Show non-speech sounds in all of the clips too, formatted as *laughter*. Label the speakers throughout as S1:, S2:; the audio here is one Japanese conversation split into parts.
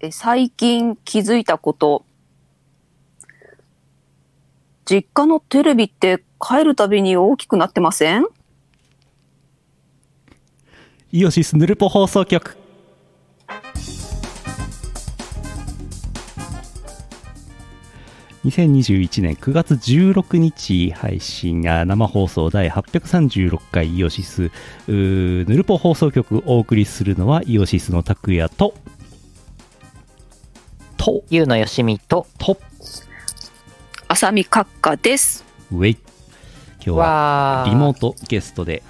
S1: え最近気づいたこと。実家のテレビって帰るたびに大きくなってません
S2: イオシスヌルポ放送局2021年9月16日配信が生放送第836回イオシスうーヌルポ放送局お送りするのはイオシスの拓也とと
S3: ゆうのよしみと、
S2: と
S1: 浅見閣下です。
S2: ウェイ今日は
S3: わ
S2: リモ
S3: ト。
S2: ートゲストで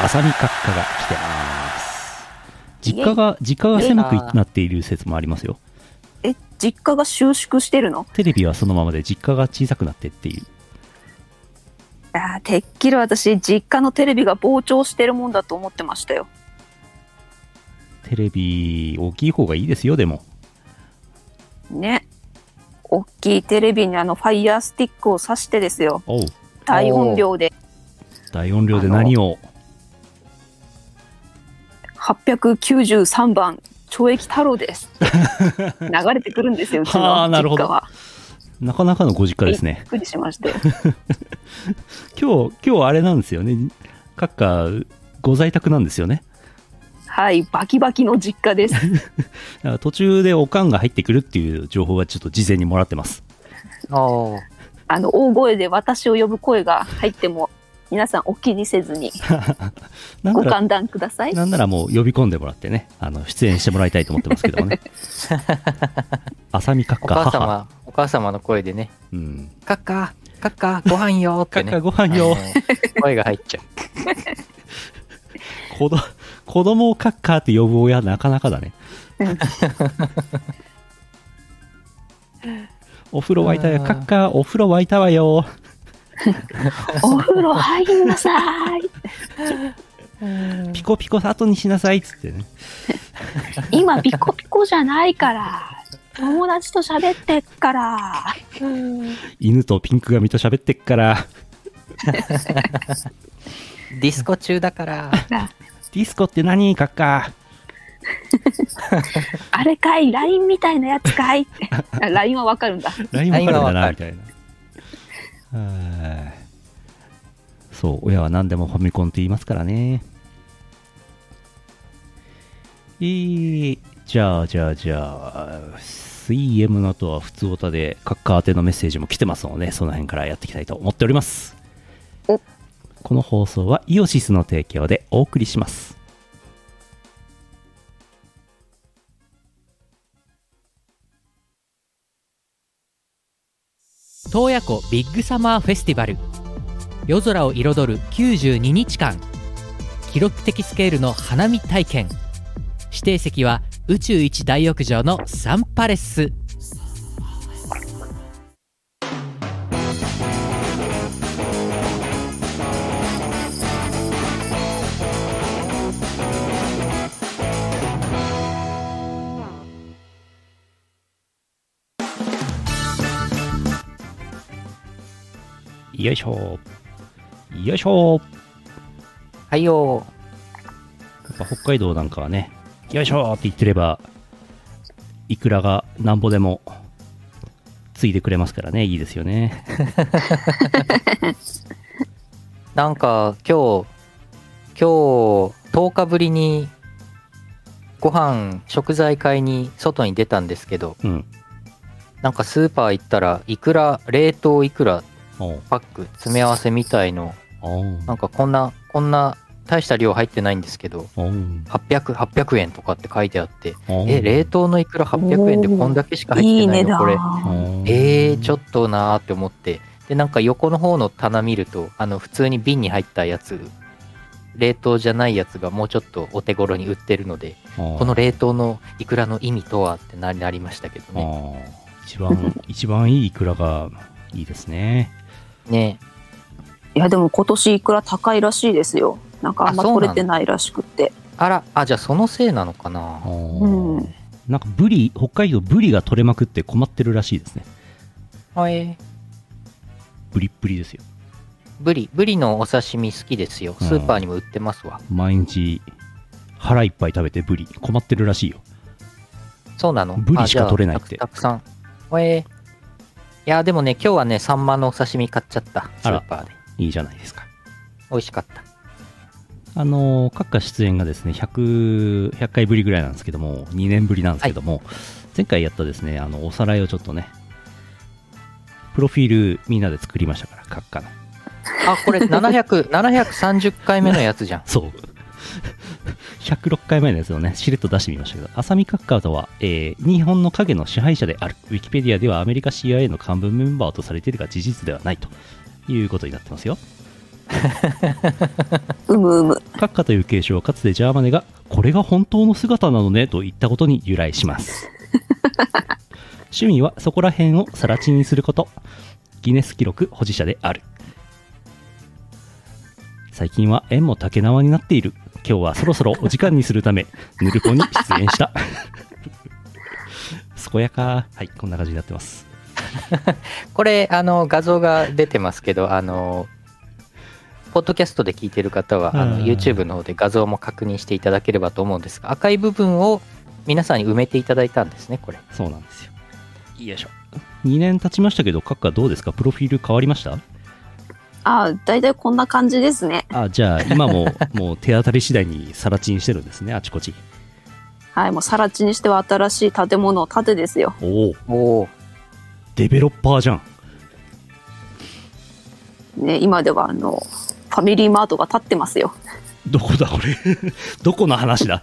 S2: 浅見閣下が来てます実家が実家が狭くなっている説もありますよ
S1: え、実家が収縮してるの
S2: テレビはそのままで実家が小さくなってっていう。
S1: あーてっきり私、実家のテレビが膨張してるもんだと思ってましたよ。
S2: テレビ、大きい方がいいですよ、でも。
S1: ね。大きいテレビにあのファイヤースティックを挿してですよ。
S2: おう。
S1: 大音量で
S2: 大音量で何を。
S1: 893番懲役太郎 *laughs* です。流れてくるんですよ、うちの実家
S2: は
S1: は。
S2: あなるほどなかなかのご実家です
S1: び
S2: ね
S1: っ。くりしましたよ。
S2: 今日、今日あれなんですよね。閣下、ご在宅なんですよね。
S1: はい、バキバキの実家です。
S2: だから途中でおかんが入ってくるっていう情報はちょっと事前にもらってます。
S3: おー
S1: あの大声で私を呼ぶ声が入っても、皆さんお気にせずに
S2: なん
S1: ご
S2: なら、
S1: 勘断ください。
S2: なんならもう呼び込んでもらってね、あの、出演してもらいたいと思ってますけども
S3: *laughs*
S2: ね。浅見閣
S3: お
S2: 下、
S3: 母
S2: 母。
S3: 様、お母様の声でね、
S2: うん。
S3: カッカー、カッカー、ご飯よーって
S2: 閣
S3: ね。
S2: 下ご飯よ。
S3: うん声が入っちゃう。
S2: 子ど子供をカッカーって呼ぶ親なかなかだね
S1: うん
S2: お風呂沸いたよカッカーお風呂沸いたわよ
S1: お風呂入りなさい。
S2: ピコピコ後にしなさいっつってね
S1: 今ピコピコじゃないから。友達と喋ってっから。
S2: 犬とピンク髪と喋ってっから
S3: ディスコ中だから。
S2: ディスコって何カッカ
S1: あれかい ?LINE みたいなやつかいあ ?LINE はわかるんだ。
S2: ー LINE わかるんだな
S3: は
S2: みたいなはいそう親は何でもファミコンって言いますからねえー、じゃあじゃあじゃあ CM の後は普通オタで各家宛てのメッセージも来てますのでその辺からやっていきたいと思っております
S1: お
S2: この放送はイオシスの提供でお送りします
S4: 洞爺湖ビッグサマーフェスティバル夜空を彩る92日間記録的スケールの花見体験指定席は宇宙一大浴場のサンパレス
S2: よいしょよいしょ
S3: はいよ
S2: やっぱ北海道なんかはね、よいしょーって言ってれば、いくらがなんぼでもついてくれますからね、いいですよね。
S3: ー。なんか、今日、今日、10日ぶりに、ご飯、食材買いに外に出たんですけど、
S2: うん。
S3: なんかスーパー行ったら、いくら、冷凍いくら、
S2: おう
S3: パック、詰め合わせみたいの、
S2: おう
S3: なんかこんな、こんな、大した量入ってないんですけど、
S2: おう
S3: 800、800円とかって書いてあって、
S2: おう
S3: え、冷凍のいくら800円でこんだけしか入ってないのこれ。
S2: おう
S3: えー、ちょっとなーって思って。で、なんか横の方の棚見ると、あの、普通に瓶に入ったやつ、冷凍じゃないやつがもうちょっとお手頃に売ってるので、
S2: おう
S3: この冷凍のいくらの意味とはってななりましたけどね。
S2: おう一番、 *laughs* 一番いいいくらがいいですね。
S3: ね
S1: いや、でも今年いくら高いらしいですよ。なんかあんま
S3: あそう
S1: 取
S3: なの
S1: れてないらしくって。
S3: あら、あ、じゃあそのせいなのかな
S2: お
S1: う
S2: うんなんかブリ、北海道ブリが取れまくって困ってるらしいですね。
S3: はい。
S2: ブリッブリですよ。
S3: ブリ、ブリのお刺身好きですよ。スーパーにも売ってますわ。
S2: 毎日腹いっぱい食べてブリ、困ってるらしいよ。
S3: そうなの
S2: ブリしか
S3: あじゃあ
S2: 取れないって
S3: たくたくさん。ほえーいや、でもね、今日はね、サンマのお刺身買っちゃった。ス
S2: あら
S3: ーパーで。
S2: いいじゃないですか。
S3: 美味しかった。
S2: あの各家出演がですね 100, 100回ぶりぐらいなんですけども2年ぶりなんですけども、前回やったですねあのおさらいをちょっとねプロフィールみんなで作りましたから各家の
S3: あ、これ700、730回目のやつじゃん。
S2: そう *laughs* 106回前のやつをねしれっと出してみましたけど浅見閣下とは、えー日本の影の支配者であるウィキペディアではアメリカ CIA の幹部メンバーとされているが事実ではないということになってますよ
S1: うむうむ
S2: 閣下という継承はかつてジャーマネがこれが本当の姿なのねと言ったことに由来します趣味はそこら辺をさらちにすることギネス記録保持者である最近は縁も竹縄になっている今日はそろそろお時間にするためぬるぽに出演した *laughs* 健やかはいこんな感じになってます
S3: これ、あの、画像が出てますけど、あの、ポッドキャストで聞いてる方は、あ
S2: う
S3: の
S2: ん
S3: YouTube の方で画像も確認していただければと思うんですが、赤い部分を皆さんに埋めていただいたんですね、これ。
S2: そうなんですよよいしょ2年経ちましたけど閣下どうですかプロフィール変わりました
S1: あだいたいこんな感じですね
S2: あじゃあ今ももう手当たり次第にさらちにしてるんですねあちこち
S1: はいもう更地にしては新しい建物を建てですよ
S2: おお
S3: おお、
S2: デベロッパーじゃん
S1: ね今ではあのファミリーマートが建ってますよ
S2: どこだこれ *laughs* どこの話だ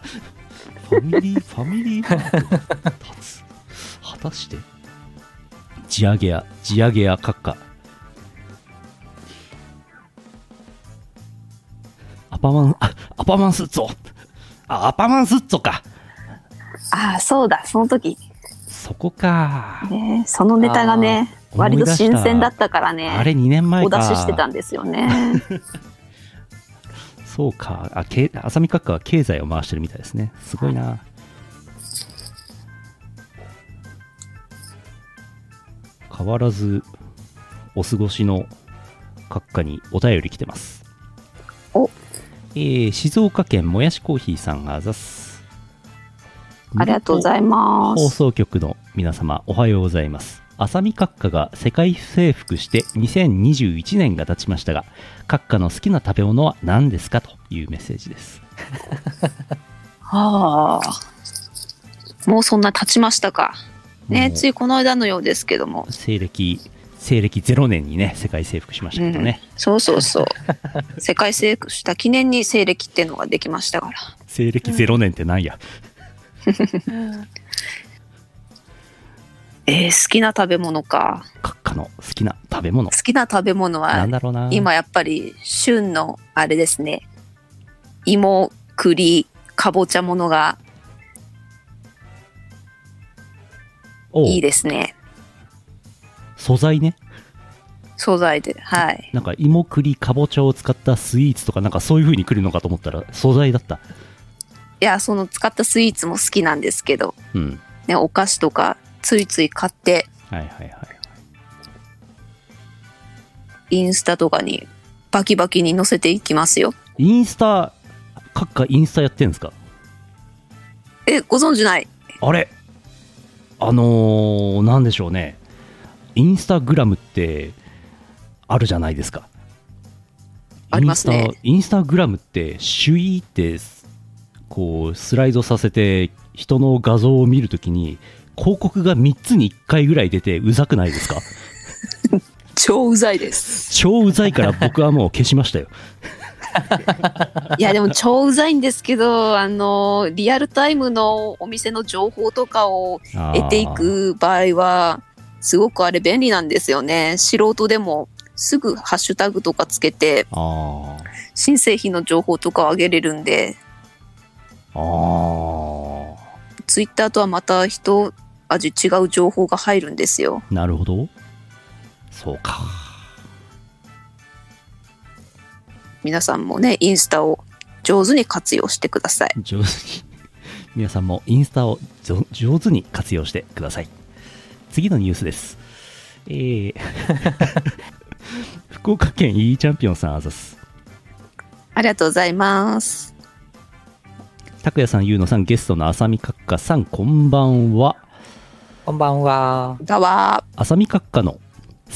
S2: ファミリーファミリーマート立つ果たして地上げ屋地上げ屋閣下アパマンあアパマンスッツォあアパマンスッツォか
S1: ああそうだその時
S2: そこか
S1: ねそのネタがね
S2: あー思い
S1: 割
S2: 出
S1: と
S2: した
S1: 新鮮だったからね
S2: あれ2年前
S1: お
S2: か
S1: 出ししてたんですよね
S2: そうか。あ、け浅見閣下は経済を回してるみたいですね。すごいな。変わらず、お過ごしの閣下にお便り来てます。
S1: お
S2: えー静岡県もやしコーヒーさんがあざっす。
S1: ありがとうございま
S2: 放
S1: す
S2: 送局の皆様おはようございます浅見閣下が世界征服して2021年が経ちましたが閣下の好きな食べ物は何ですかというメッセージです
S1: はあもうそんな経ちましたかね
S2: もう
S1: ついこの間のようですけども
S2: 西暦西暦0年にね世界征服しましたけどね、
S1: そうそうそう *laughs* 世界征服した記念に西暦っていうのができましたから
S2: 西暦0年ってなんや、
S1: えー好きな食べ物か
S2: 閣下の好きな食べ物
S1: 好きな食べ物
S2: な
S1: は
S2: んだろうな
S1: 今やっぱり旬のあれですね芋栗かぼちゃものが
S2: おう
S1: いいですね
S2: 素材ね
S1: 素材ではい
S2: なんか芋栗かぼちゃを使ったスイーツとかなんかそういう風に来るのかと思ったら素材だった
S1: いやその使ったスイーツも好きなんですけど、
S2: うん
S1: ね、お菓子とかついつい買って
S2: はいはいはい
S1: インスタとかにバキバキに載せていきますよ
S2: インスタ閣下インスタやってんですか
S1: えご存知ない
S2: あれあのー、なんでしょうね。インスタグラムってあるじゃないですか。
S1: ありますね
S2: インスタインスタグラムって、主意って、こう、スライドさせて、人の画像を見るときに、広告が3つに1回ぐらい出て、うざくないで
S1: *laughs*
S2: すか
S1: 超うざいです
S2: 超うざいから僕はもう消しましたよ。
S1: いやでも超うざいんですけどあのリアルタイムのお店の情報とかを *laughs* 得ていく場合はすごくあれ便利なんですよね素人でもすぐハッシュタグとかつけて
S2: あー。あー
S1: 新製品の情報とかを上げれるんで
S2: あー。
S1: ツイッターとはまた一味違う情報が入るんですよ
S2: なるほど。そうか。
S1: 皆さんもねインスタを上手に活用してください
S2: 上手に皆さんもインスタを上上手に活用してください次のニュースですえー *laughs* 福岡県 E チャンピオンさんあざす
S1: ありがとうございます
S2: 拓也さん、ゆうのさん、ゲストの浅見閣下さん、こんばんは。
S3: こんばんは。
S1: だわ
S2: 浅見閣下の好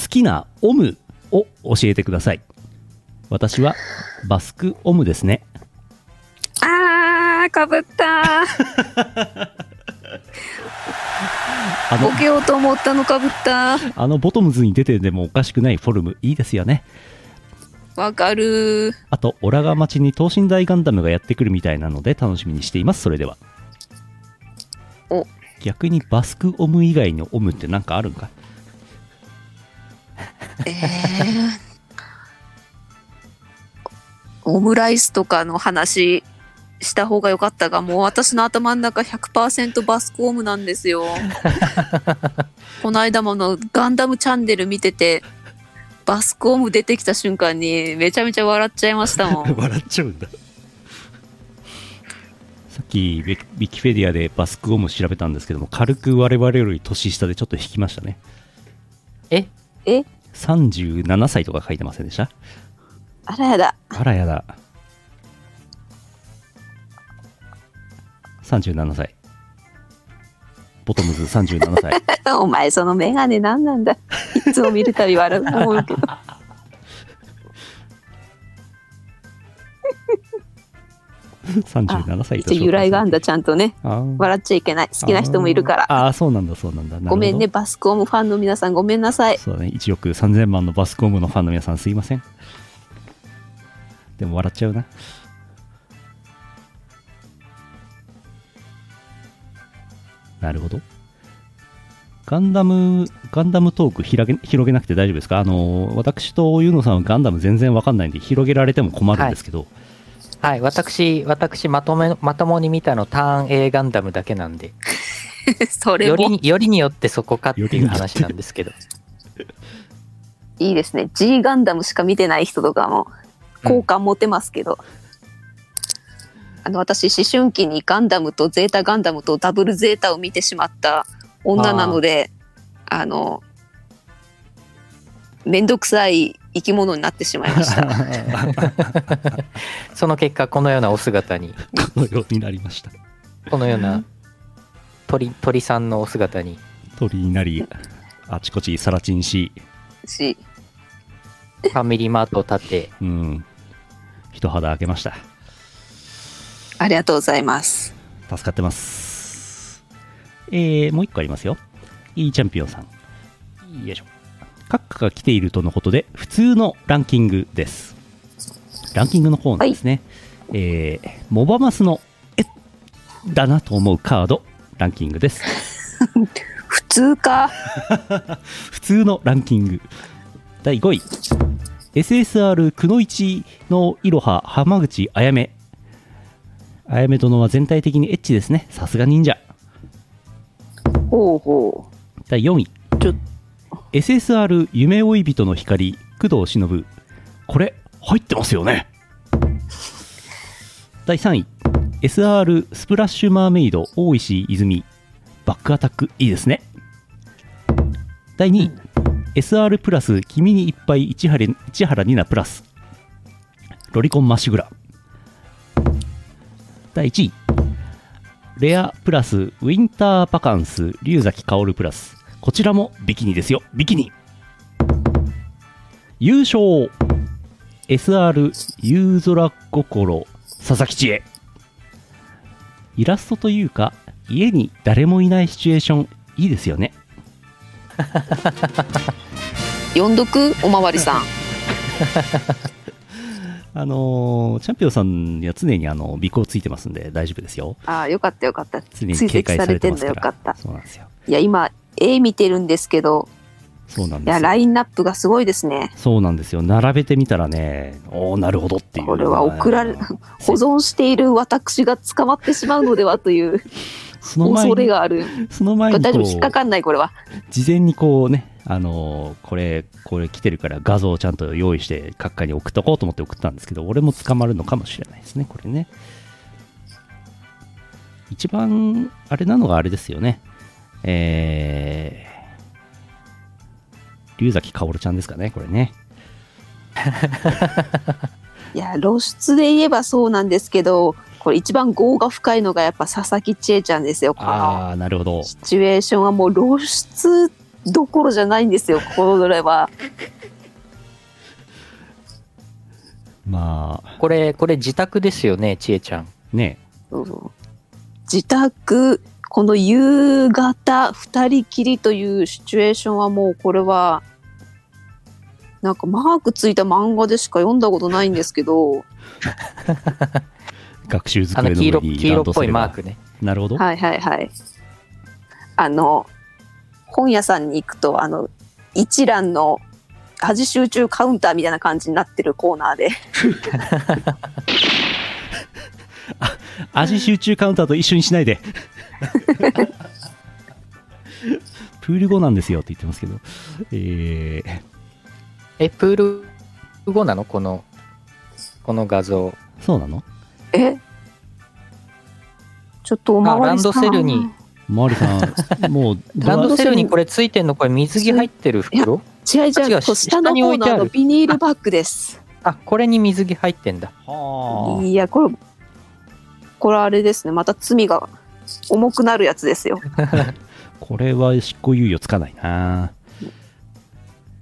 S2: きなオムを教えてください。私はバスクオムですね。
S1: ーあーかぶったー
S2: あの
S1: ボ、ケようと思ったのかぶったー
S2: あのボトムズに出てでもおかしくないフォルム、いいですよね。
S1: わかるー
S2: あと、オラが町に等身大ガンダムがやってくるみたいなので楽しみにしています。それでは。
S1: お
S2: 逆にバスクオム以外のオムってなんかあるんか
S1: えーオムライスとかの話した方が良かったがもう私の頭の中100%バスコームなんです
S2: *laughs*
S1: よこの間もあのガンダムチャンネル見ててバスコーム出てきた瞬間にめちゃめちゃ笑っちゃいましたもん
S2: *laughs* 笑っちゃうんださっきウィキウィキペディアでバスクオム調べたんですけども軽く我々より年下でちょっと引きましたね
S3: え
S1: え
S2: 37歳とか書いてませんでした
S1: あらやだ
S2: あらやだ37歳ボトムズ37歳
S1: お前そのメガネ何なんだいつも見るたび笑う思うけ
S2: *laughs*
S1: ど
S2: 37歳
S1: 一応由来があんだちゃんとね
S2: あー
S1: 笑っちゃいけない好きな人もいるから
S2: あーあーそうなんだそうなんだなるほど
S1: ごめんねバスコームファンの皆さんごめんなさい
S2: そうだね、1億3000万のバスコムのファンの皆さん、すいません。でも笑っちゃうな。なるほど。ガンダム、ガンダムトーク広げ広げなくて大丈夫ですかあの、私とユーノさんはガンダム全然わかんないんで、広げられても困るんですけど、
S3: はい、私、私、まとめ、まともに見たのターン A ガンダムだけなんで、
S1: *laughs* それ
S3: より
S1: も
S3: に、よりによってそこかって
S2: より
S3: い
S2: に
S3: う
S2: よって
S3: 話なんで
S2: *laughs*
S3: すけど。
S1: いいですね G ガンダムしか見てない人とかも
S3: うん
S1: 好感持てますけど、あの私思春期にガンダムとゼータガンダムとダブルゼータを見てしまった女なのであの面倒くさい生き物になってしまいました *laughs*
S3: その結果、このようなお姿に、
S2: *laughs* このようになりました。
S3: このような鳥、鳥さんのお姿に、
S2: 鳥になり、あちこちさらちんし、
S1: し
S3: ファミリーマートを建て、
S2: うん、人肌開けました。
S1: ありがとうございます
S2: 助かってます。えー、もう一個ありますよ。いいチャンピオンさん。よいしょ。閣下が来ているとのことで、普通のランキングです。ランキングのコーナーですね。えー、モバマスの、えだなと思うカード、ランキングです。
S1: 普通か
S2: 普通のランキング第5位 SSR くのいちのいろは浜口あやめあやめ殿は全体的にエッチですねさすが忍者
S1: ほうほう
S2: 第4位
S1: ちょ
S2: SSR 夢追い人の光工藤忍これ入ってますよね第3位 SR スプラッシュマーメイド大石泉バックアタックいいですね第2位 SR プラス君にいっぱい市原市原里奈プラスロリコンマッシュグラ第1位レアプラスウィンターバカンス龍崎薫プラスこちらもビキニですよビキニ優勝 SR 夕空心佐々木千恵イラストというか家に誰もいないシチュエーションいいですよね
S1: 読んどくおまわりさん
S2: あのーチャンピオンさんには常にあの尾行ついてますんで大丈夫ですよ
S1: ああよかったよかった
S2: 常に警戒されてますから
S1: 追跡されてんだよかった
S2: そうなんですよ
S1: いや今絵見てるんですけど
S2: そうなん
S1: い
S2: で
S1: や
S2: すよ
S1: ラインナップがすごいですね
S2: そうなんですよ並べてみたらねおおなるほどっていう
S1: これは送られ
S2: あの
S1: 保存している私が捕まってしまうのではと
S2: *laughs*
S1: いう
S2: その前
S1: 恐れ
S2: に
S1: がある。
S2: その前
S1: 大
S2: にこ
S1: 丈夫、引っか
S2: う
S1: かんない、これは。
S2: 事前にこうねあのーこれこれ来てるから画像をちゃんと用意して閣下に送っとこうと思って送ったんですけど俺も捕まるのかもしれないですねこれね一番あれなのがあれですよねえー龍崎薫ちゃんですかねこれね
S1: いや、露出で言えばそうなんですけど、これ一番業が深いのがやっぱ佐々木千恵ちゃんですよ。この
S2: ああ、なるほど。
S1: シチュエーションはもう露出どころじゃないんですよ、このどれは。
S2: まあ、
S3: これ、これ自宅ですよね、ちえちゃん。
S2: ね
S1: そうそう自宅、この夕方二人きりというシチュエーションはもうこれは、なんかマークついた漫画でしか読んだことないんですけど、
S2: 学習
S3: あ
S2: 机の
S3: の黄
S2: 上
S3: 色、
S2: に
S3: 黄色っぽいマークね。
S2: なるほど。
S1: はいはいはい。あの、本屋さんに行くと、あの、一覧の味集中カウンターみたいな感じになってるコーナーで、
S2: 味集中カウンターと一緒にしない
S3: *laughs*
S2: で。プール後なんですよって言ってますけど。えー
S3: え、プール後なのこの、この画像。
S2: そうなの
S1: えちょっとおまわりさん
S3: あランドセルに
S2: マリさ
S3: *laughs*
S2: ん、もうド
S3: ラ
S2: ラ、
S3: ンドセルにこれついてんのこれ水着入ってる袋
S1: 違う違う
S3: 違う
S1: こう
S3: 下
S1: 下の
S3: に
S1: コー
S3: 置いて
S1: ナ
S3: ある
S1: ーのビニールバッグです
S3: あ、これに水着入ってんだ。
S2: はい
S1: やこれこれあれですねまた罪が重くなるやつですよ
S2: あこれは執行猶予つかないな。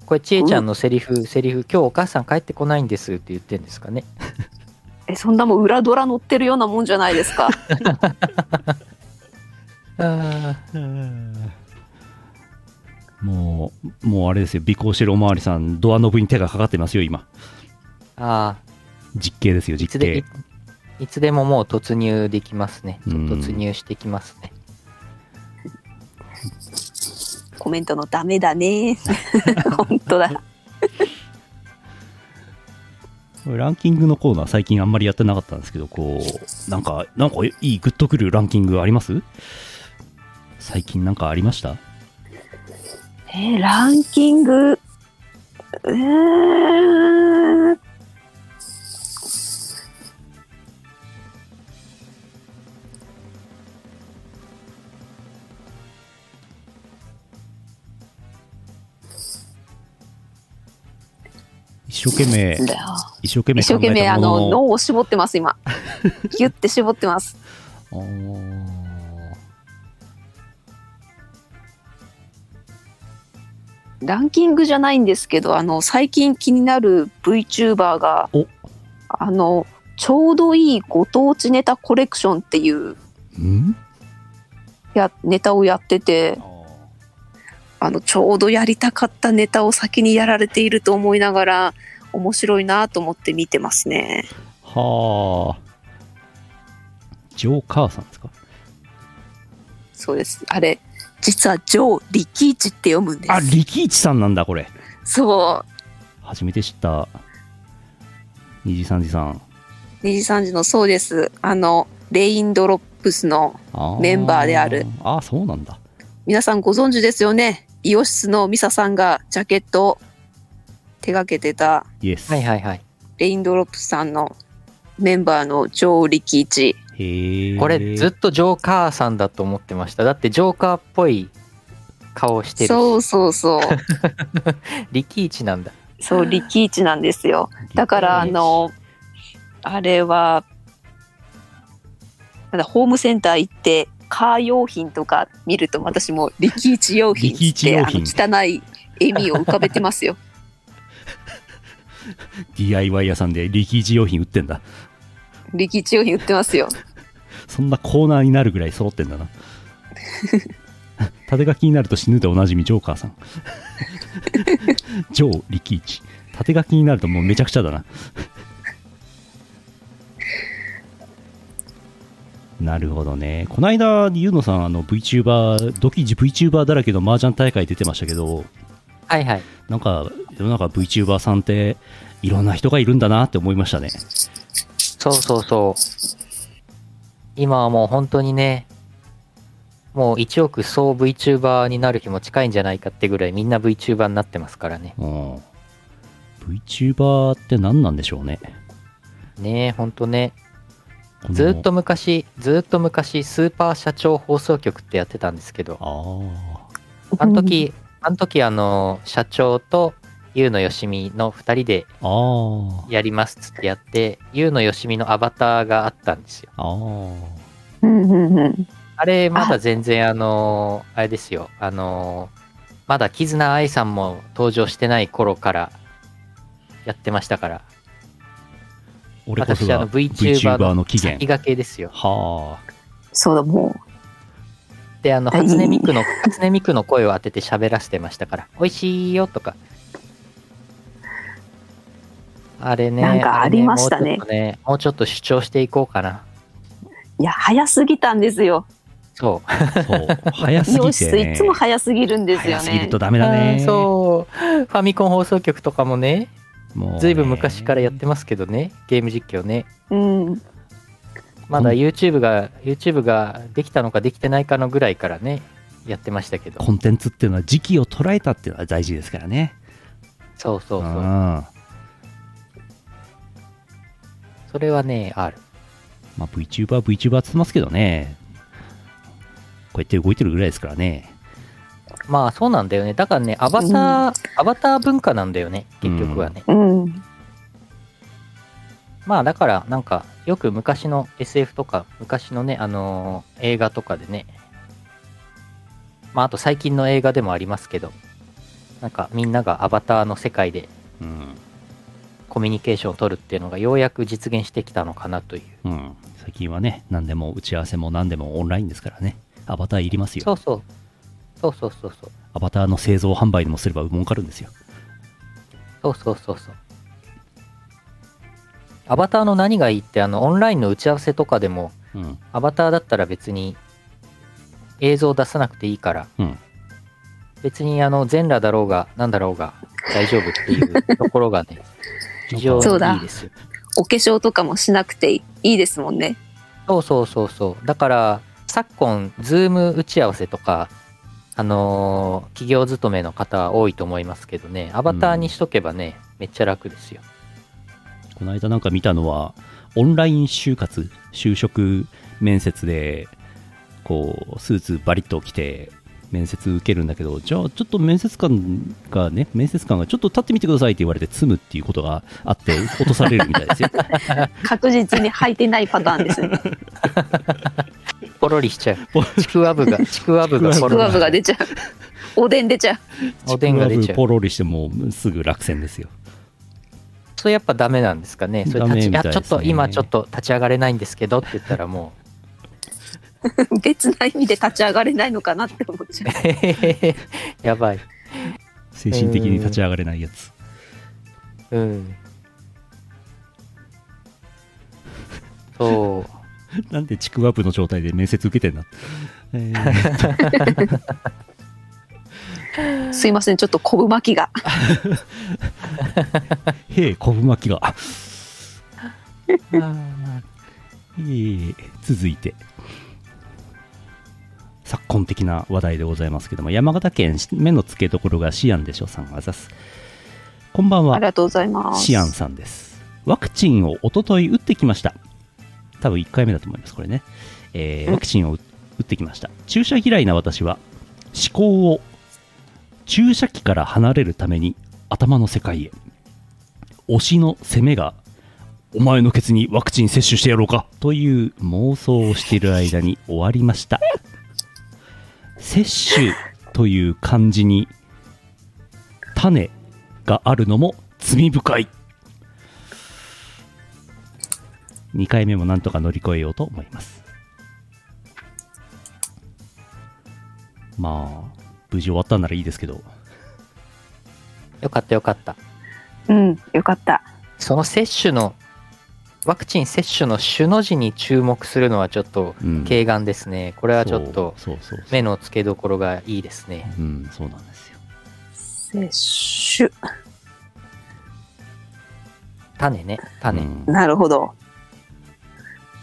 S3: これ、ちえちゃんのセリフ、セリフ、今日お母さん帰ってこないんですって言ってんですかね。
S1: えそんなもう裏ドラ乗ってるようなもんじゃないです
S3: *laughs*
S1: か
S3: あ
S2: もう、もうあれですよ、尾行してるおまわりさん、ドアノブに手がかかってますよ、今。
S3: あ
S2: 実刑ですよ、
S3: ー、いつ
S2: 実
S3: で
S2: 刑
S3: い、。いつでももう突入できますね。
S2: うん
S3: 突入してきますね。
S1: コメントのダメだね *laughs* 本当だ
S2: ランキングのコーナー、最近あんまりやってなかったんですけど、こう、なんか、なんかいい、グッとくるランキングあります最近なんかありました
S1: えーランキングえー
S2: 一生懸
S1: *laughs*
S2: 命、
S1: なんだよ
S2: 一生懸命
S1: 一生
S2: 考
S1: 懸
S2: え
S1: 命
S2: た
S1: あ
S2: もの
S1: の
S2: の
S1: 脳を絞ってます
S2: *laughs*
S1: 今ギュッて絞ってます
S2: おー
S1: ランキングじゃないんですけどあの最近気になる VTuber が
S2: お
S1: あのちょうどいいご当地ネタコレクションっていうんやネタをやっててあのちょうどやりたかったネタを先にやられていると思いながら面白いなと思って見てますね。
S2: はあ。ジョーカーさんですか
S1: そうですあれ実は「ジョー・リキーチ」って読むんで
S2: あ、
S1: す。
S2: 力一さんなんだ、これ。
S1: そ
S2: 初めて知った。二次三次さん。
S1: う二次三次のそうですあのレインドロップスの
S2: あ
S1: メンバーである。
S2: あーそうなんだ。
S1: 皆さんご存知ですよねイオシスのミサさんがジャケットを手掛けてた
S2: イエス。
S3: はいはいはい。
S1: レインドロップスさんのメンバーのジョー・リキイチ
S2: へえ。
S3: これ、ずっとジョーカーさんだと思ってました。だって、ジョーカーっぽい顔してる
S1: そう
S3: し、
S1: そうそう
S3: 力一なんだ。
S1: そうリキイチなんですよだからあのあれはなんだホームセンター行ってカー用品とか見ると私もリキイチ用品
S2: 力
S1: っ
S2: 一
S1: て
S2: 用
S1: あ
S2: 品
S1: の汚い笑みを浮かべてますよ
S2: *laughs* DIY 屋さんで力一用品売ってんだ。
S1: リキイチ用品売ってますよ
S2: そんなコーナーになるぐらい揃ってんだな。 *laughs* 縦書きになると死ぬでおなじみジョーカーさん。 *laughs* ジョー力一。縦書きになるともうめちゃくちゃだな。 *laughs* なるほどね。この間、ゆうのさん、あの VTuber、ドキ VTuber だらけの麻雀大会出てましたけど、
S3: はいはい。
S2: なんか世の中 VTuber さんっていろんな人がいるんだなって思いましたね。
S3: そうそうそう。今はもう本当にね、もう1億総 VTuber になる日も近いんじゃないかってぐらいみんな VTuber になってますからね。
S2: うん VTuber って何なんでしょうね。
S3: ねえ、ほんとね。
S2: この
S3: ずっと昔、ずっと昔、スーパー社長放送局ってやってたんですけど、
S2: ああ。
S3: あの時、あの時あの、社長とゆうのよしみの2人で
S2: あー
S3: やりますっつってやって、ゆうのよしみのアバターがあったんですよ。
S2: あー
S1: うんうんうん
S3: あれ、まだ全然、あのーあれですよ、あのーまだ絆愛さんも登場してない頃からやってましたから、
S2: 俺こそ
S3: 私、あ
S2: が
S3: の VTuber
S2: VTuber の
S3: の
S2: 起
S3: 先
S2: 源
S3: 駆けですよ。
S2: は
S1: そうだも
S3: で、あの、
S1: はい
S3: 初音ミクの、初音ミクの声を当てて喋らせてましたから、美味しいよとか。あれね、
S1: なんかありました
S3: あ
S1: ね
S3: れもうちょっとねもうちょっと主張していこうかな。
S1: ういや早すぎたんですよ
S3: そう。
S2: あそう早
S3: *laughs*
S1: 洋
S2: すぎて
S1: 室い
S2: ね
S1: つも早すぎるんですよ
S2: 早すぎ
S1: ね
S2: るとダメだね
S3: あーそう。ファミコン放送局とかもね、
S2: もうね
S3: ずいぶん昔からやってますけどね、ゲーム実況ね。
S1: うん
S3: まだ YouTube が、YouTube ができたのかできてないかのぐらいからね、やってましたけど。
S2: コンテンツっていうのは時期を捉えたっていうのは大事ですからね
S3: そうそう
S2: う
S3: そう。
S2: ん
S3: それはね、ある。
S2: まあ、VTuber、VTuber って言ってますけどね、こうやって動いてるぐらいですからね。
S3: まあそうなんだよね。だからね、アバター、
S1: うん
S3: アバター文化なんだよね、結局はね。
S1: うん
S3: まあだから、なんか、よく昔の SF とか、昔のね、あのー映画とかでね、まああと最近の映画でもありますけど、なんかみんながアバターの世界で
S2: うん。
S3: コミュニケーションを取るっていうのがようやく実現してきたのかなという。
S2: うん。最近はね、何でも打ち合わせも何でもオンラインですからね。アバターいります
S3: そ
S2: よ。
S3: うそう。そうそうそうそう。
S2: アバターの製造販売でもすれば儲かるんですよ。
S3: そうそうそうそう。アバターの何がいいって、あの、オンラインの打ち合わせとかでも、
S2: うん。
S3: アバターだったら別に映像出さなくていいから、
S2: うん
S3: 別にあの全裸だろうがなんだろうが大丈夫っていうところが *laughs* ね非常
S1: そうだ
S3: にいいですよ
S1: お化粧とかもしなくていいですもんね
S3: そうそうそうそうだから昨今ズーム打ち合わせとかあのー企業勤めの方多いと思いますけどねアバターにしとけばね、めっちゃ楽ですよ
S2: この間なんか見たのは、オンライン就活、就職面接で、こう、スーツバリッと着て、面接受けるんだけど、じゃあちょっと面接官がね、面接官がちょっと立ってみてくださいって言われて、積むっていうことがあって、落とされるみたいですよ。
S1: 確実に履いてないパターンです
S2: *laughs*
S1: ね
S3: ポロリしちゃ
S2: ポ
S3: うちくわぶがちくわぶが
S2: *laughs* ちく
S3: ポ
S2: わ
S1: ク
S3: ロ
S1: ワ
S3: リ
S1: ブが出ちゃうおでん出ちゃう
S3: *laughs* おでんが出ちゃう
S2: ポロリしてもうすぐ落選ですよ。
S3: それやっぱダメなんですかね。それ
S2: ダメ
S3: 立ち、
S2: みたいで
S3: あ
S2: す
S3: ち
S2: ね
S3: ょっと今ちょっと立ち上がれないんですけどって言ったらもう、
S1: 別な意味で立ち上がれないのかなって思っちゃう。
S2: *laughs*
S3: へへへへやばい。
S2: 精神的に立ち上がれないやつ。
S3: うん。そう。
S2: なんでちくわぶの状態で面接受けてんだ、えー
S1: すいません、ちょっと昆布巻きが。
S2: へえ、昆布巻きが。あ *laughs* いえいえ続いて。昨今的な話題でございますけども、山形県目の付けどころがシアンでしょさんあざす。こんばん
S1: あ
S2: は
S1: り。がとうございます。
S2: シアンさんです。ワクチンをおととい打ってきました。多分1回目だと思います、これね。えー
S1: うん
S2: ワクチンを打打ってきました。注射嫌いな私は、思考を注射器から離れるために頭の世界へ。推しの攻めが、お前のケツにワクチン接種してやろうかという妄想をしている間に終わり
S1: *laughs*
S2: ました。接種という漢字に、種があるのも罪深い2回目もなんとか乗り越えようと思いますまあ無事終わったんならいいですけど
S3: よかったよかった。
S1: うん、よかった。
S3: その接種の、ワクチン接種の種の字に注目するのはちょっと
S2: うん
S3: 軽眼ですね。これはちょっと
S2: そうそうそうそう
S3: 目の付けどころがいいですね。
S2: うんそうなんですよ
S1: 接
S3: 種ね、種。
S2: うん
S1: 種。なるほど。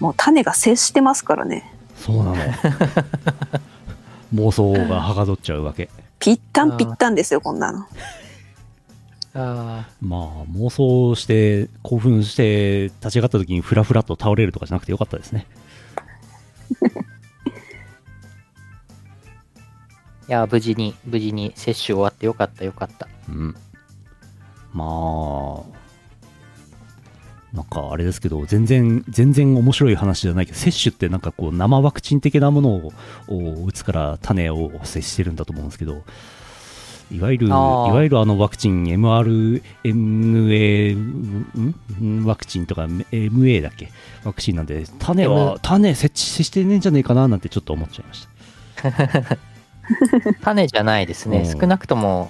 S1: もう種が接してますからね。
S2: そうなの *laughs* 妄想がはかどっちゃうわけ
S1: ぴったんぴったんですよ、こんなの。
S3: あ
S2: まあ妄想して興奮して立ち上がった時にフラフラと倒れるとかじゃなくてよかったですね
S3: あ。いや、無事に、無事に接種終わってよかったよかった。
S2: うんまあ、なんかあれですけど、全然、全然面白い話じゃないけど、接種ってなんかこう、生ワクチン的なものをを打つから種を接してるんだと思うんですけど、いわゆる、い
S3: あー
S2: わゆるあのワクチン、mRNA んんワクチンとか、MA だっけ、ワクチンなんで、種は、種接接してねえんじゃねえかななんてちょっと思っちゃいました。
S3: 種じゃないですね。
S2: うん
S3: 少なくとも、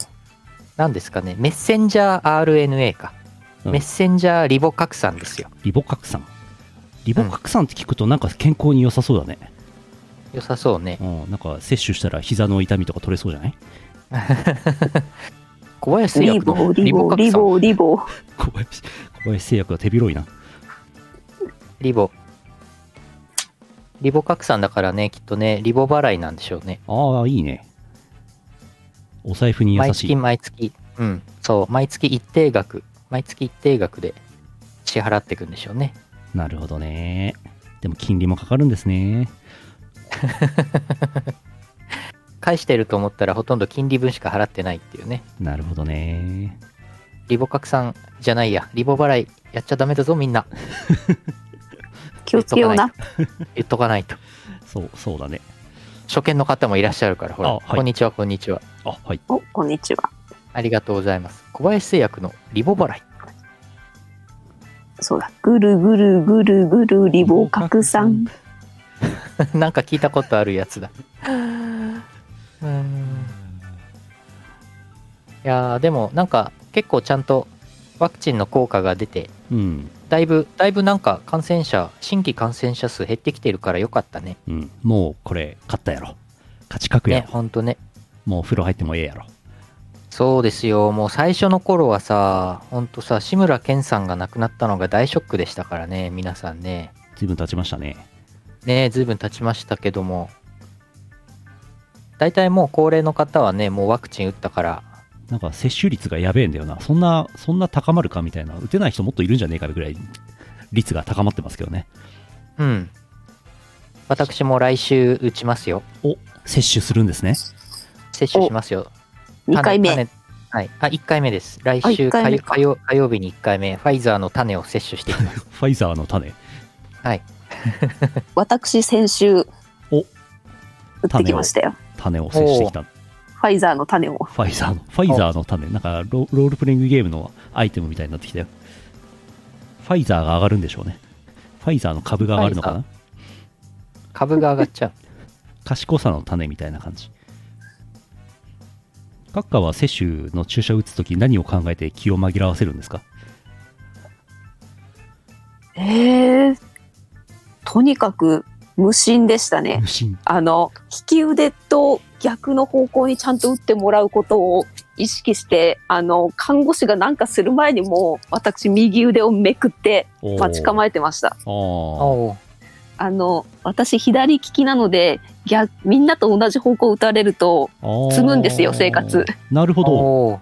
S3: 何ですかね。メッセンジャー RNA か。
S2: うん
S3: メッセンジャーリボ核酸ですよ。
S2: リボ核酸。リボ核酸って聞くと、なんか健康に良さそうだね。
S3: 良さそうね。
S2: うん、なんか摂取したら膝の痛みとか取れそうじゃない
S3: *laughs* 小林製
S1: リ
S3: 薬
S1: ボ
S3: の
S1: リ
S3: リボ
S1: ボ
S3: 核
S1: リ
S3: 酸。
S1: ボリボ
S2: 小林小林製薬は手広いな。
S3: リボ。リボ核酸だからね、きっとね、リボ払いなんでしょうね。
S2: ああ、いいね。お財布に優
S3: 毎
S2: し
S3: 月
S2: い。
S3: 毎月。うん。そう、毎月一定額。毎月一定額で支払っていくんでしょうね。
S2: なるほどね。でも金利もかかるんですね。
S3: 返してると思ったらほとんど金利分しか払ってないっていうね。
S2: なるほどね。
S3: リボ拡散じゃないや。リボ払いやっちゃダメだぞみんな。
S1: 気をつけような
S3: 言っとかないと。
S2: そう、そうだね。
S3: 初見の方もいらっしゃるから、ほら。
S2: あはい
S3: こんにちは、こんにちは。
S2: あ、はい。
S1: おこんにちは
S3: ありがとうございます。小林製薬のリボ払い。 *laughs*
S1: そうだぐるぐるぐるぐるリボ拡散。
S3: なんか聞いたことあるやつだ。うーん。いやーでもなんか結構ちゃんとワクチンの効果が出て、
S2: うん。
S3: だいぶ、だいぶなんか感染者、新規感染者数減ってきてるからよかったね。
S2: うん。もうこれ、勝ったやろ。勝ち確や
S3: ね、
S2: ろ。
S3: ほんとね。
S2: もう風呂入ってもええやろ。
S3: そうですよ。もう最初の頃はさ、ほんとさ、志村けんさんが亡くなったのが大ショックでしたからね、皆さんね。
S2: 随分経ちましたね。
S3: ねえ、ずいぶん経ちましたけども。大体もう高齢の方はね、もうワクチン打ったから、
S2: なんか接種率がやべえんだよな。そんな、そんな高まるかみたいな。打てない人もっといるんじゃねえかぐらい率が高まってますけどね。
S3: うん。私も来週打ちますよ。
S2: お、接種するんですね。
S3: 接種しますよ。
S1: 2回目
S3: 種。種はい。あ、1回目です。来
S1: あ
S3: 週
S1: 一回
S3: 火
S1: 目
S3: 曜
S1: か
S3: 火曜火曜日に1回目、ファイザーの種を接種してき
S1: *laughs*
S3: ます。
S2: ファイザーの種。
S1: 私先週
S2: お
S1: 打ってきましたよ
S2: 種を接してきた。フ
S1: ファイザーの種を
S2: ァイザーの、ファイザーの種。なんかロ、ロールプレイングゲームのアイテムみたいになってきたよ。ファイザーが上がるんでしょうね。ファイザーの株が上がるのか
S3: フ
S2: な
S3: 株が上がっ
S1: *laughs*
S3: ちゃう。
S2: 賢さの種みたいな感じ。閣下は接種の注射を打つとき何を考えて気を紛らわせるんですか
S1: えー、とにかく無心でしたね
S2: 無心。
S1: あの利き腕と逆の方向にちゃんと打ってもらうことを意識してあの看護師が何かする前にもう私右腕をめくって待ち構
S2: え。
S1: えてました
S2: あー
S3: おう
S1: あの私左利きなので逆みんなと同じ方向打たれると
S2: あー
S1: 積むんですよ生活。
S2: なるほど。
S3: おう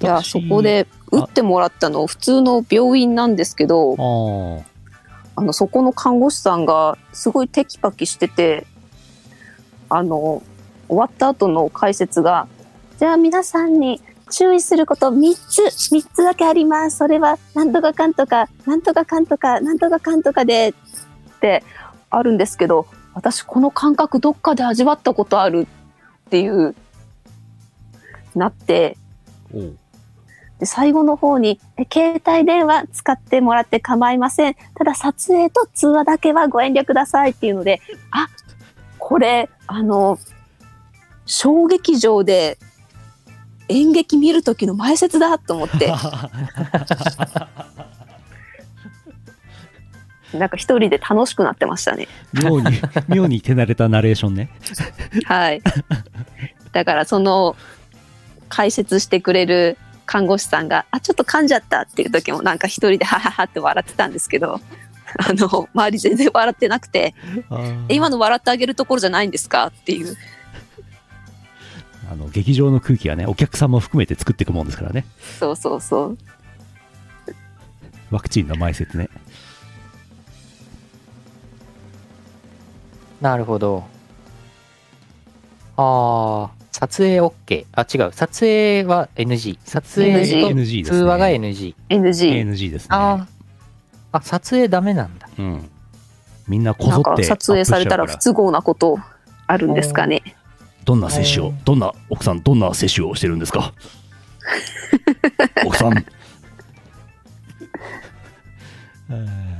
S1: いやそこ。で打ってもらったの普通の病院なんですけど
S2: ああ。
S1: あの、そこの看護師さんがすごいテキパキしてて、あの、終わった後の解説が、じゃあ皆さんに注意すること3つ、3つだけあります。それは、なんとかかんとか、なんとかかんとか、なんとかかんとかで、ってあるんですけど、私この感覚どっかで味わったことあるっていう、なって、
S2: おう
S1: で最後の方にえ携帯電話使ってもらって構いませんただ撮影と通話だけはご遠慮くださいっていうのであこれあの小劇場で演劇見る時の前説だと思ってなんか一人で楽しくなってましたね
S2: *laughs* 妙に、妙に手慣れたナレーションね。
S1: はいだからその解説してくれる看護師さんがあちょっと噛んじゃったっていう時もなんか一人でハハハって笑ってたんですけどあの周り全然笑ってなくて
S2: あー
S1: え今の笑ってあげるところじゃないんですかっていう
S2: あの劇場の空気はね、お客さんも含めて作っていくもんですからね。
S1: そうそうそう
S2: ワクチンの前説ね。
S3: なるほど。あああ、撮影 OK。あ、違う。撮影は NG。撮影
S2: NG
S3: と
S2: ですね
S3: 通話が NG。
S1: NG。
S2: ANG ですね。
S3: ああ。あ、撮影ダメなんだ。
S2: うん。みんなこ
S1: な
S2: ぞ
S1: ん
S2: っ
S1: か
S2: て
S1: 撮影されたら
S2: アップ
S1: 不
S2: しちゃうか
S1: 都合なことあるんですかね。
S2: らどんな接種を、どんな奥さん、どんな接種をしてるんですか奥
S1: *laughs*
S2: さん。えー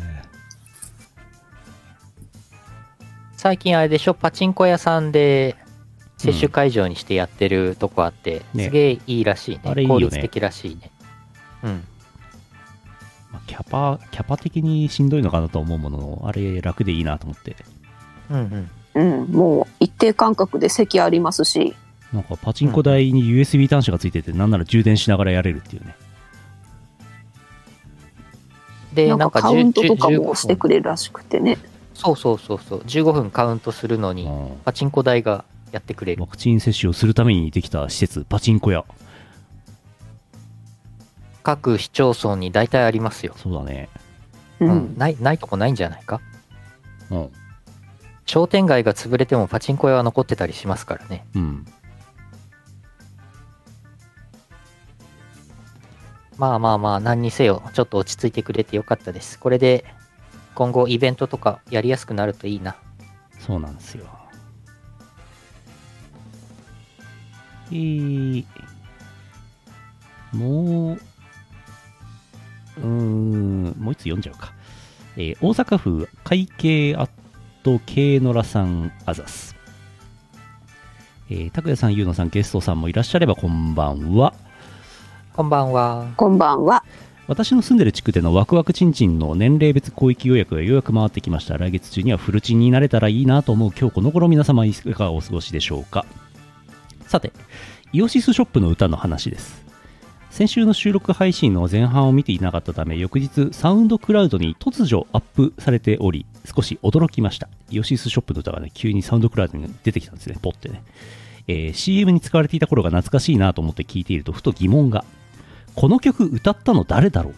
S3: 最近あれでしょ、パチンコ屋さんで接種会場にしてやってるとこあって、
S2: うんね
S3: すげえいいらしいね。
S2: あれいいよ
S3: 効
S2: ね
S3: 率的らしいね。うん。
S2: まあキャパ、キャパ的にしんどいのかなと思うものの、あれ楽でいいなと思って。
S3: うんうん。
S1: うん、もう一定間隔で席ありますし、
S2: なんかパチンコ台に USB 端子がついてて、なんなら充電しながらやれるっていうね。
S3: で、
S1: なん
S3: なん
S1: か
S3: か
S1: カウントとかもしてく
S3: れ
S1: れるらしくてね。
S3: そうそうそうそう。15分カウントするのに、
S2: うん
S3: パチンコ台がやってくれる
S2: ワ。クチン接種をするためにできた施設、パチンコ屋。
S3: 各市町村に大体ありますよ。
S2: そうだね。
S1: う
S3: うんん。。ない、ないとこないんじゃないか
S2: うん。
S3: 商店街が潰れてもパチンコ屋は残ってたりしますからね。
S2: うん。
S3: まあまあまあ、何にせよ、ちょっと落ち着いてくれてよかったです。これで、今後イベントとかやりやすくなるといいな。
S2: そうなんですよ。えー、もう、うーん、もう一つ読んじゃうか。えー大阪府会計アット K のらさんあざす。えー、拓也さん、ゆうのさん、ゲストさんもいらっしゃればこんばんは。
S3: こんばんは。
S1: こんばんは。
S2: 私の住んでる地区でのワクワクチンチンの年齢別広域予約がようやく回ってきました来月中にはフルチンになれたらいいなと思う今日この頃皆様いかがお過ごしでしょうかさてイオシスショップの歌の話です先週の収録配信の前半を見ていなかったため翌日サウンドクラウドに突如アップされており少し驚きましたイオシスショップの歌がね急にサウンドクラウドに出てきたんですねポッてね、えー CM に使われていた頃が懐かしいなと思って聞いているとふと疑問がこの曲歌ったの誰だろう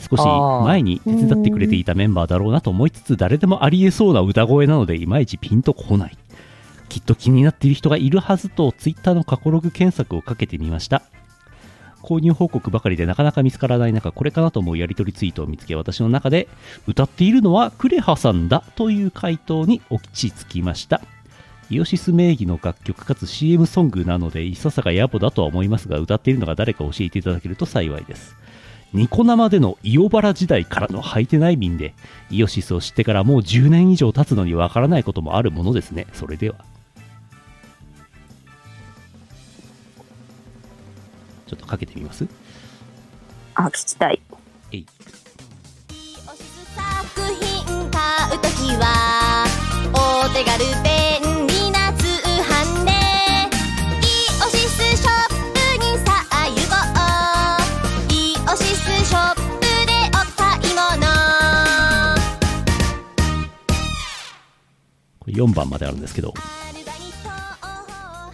S2: 少し前に手伝ってくれていたメンバーだろうなと思いつつ誰でもありえそうな歌声なのでいまいちピンとこないきっと気になっている人がいるはずとツイッターの過去ログ検索をかけてみました購入報告ばかりでなかなか見つからない中これかなと思うやり取りツイートを見つけ私の中で歌っているのはクレハさんだという回答に落ち着きましたイオシス名義の楽曲かつ CM ソングなのでいささか野暮だとは思いますが歌っているのが誰か教えていただけると幸いですニコ生でのイオバラ時代からの履いてない便でイオシスを知ってからもう10年以上経つのにわからないこともあるものですねそれではちょっとかけてみます
S1: あ、聞きたい。
S2: えい
S5: 作品買うときはお手軽便利な通販でイオシスショップにさあ行こうイオシスショップでお買い物
S2: これ4番まであるんですけど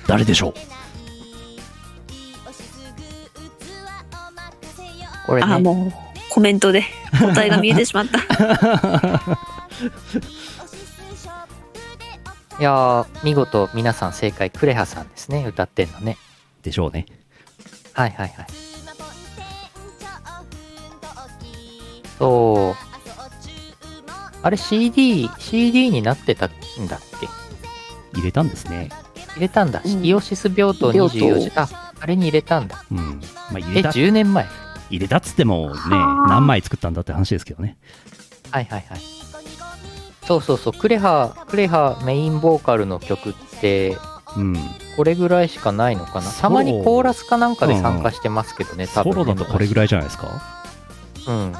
S2: 誰でしょう
S3: これ
S1: あ、
S3: ね、
S1: もうコメントで答えが見えてしま
S3: *laughs*
S1: った。
S3: いやー、見事皆さん正解、クレハさんですね、歌ってんのね。
S2: でしょうね
S3: はいはいはい。そう、あれ CD、CD になってたんだっけ
S2: 入れたんですね
S3: 入れたんだ、
S1: うん
S3: イオシス病棟
S1: 病棟
S3: 24時間。ああれに入れたんだ。
S2: うんまあ入
S3: え、
S2: れた入
S3: 10年前。
S2: れたっつってもね
S1: はあ
S2: 何枚作ったんだって話ですけどね
S3: はいはいはい。そうそうそう、クレハ、クレハメインボーカルの曲って、
S2: うん
S3: これぐらいしかないのかな。
S2: そう
S3: たまにコーラスかなんかで参加してますけどね、多
S2: ソ
S3: 分ね、
S2: ロだとこれぐらいじゃないですか
S3: うん。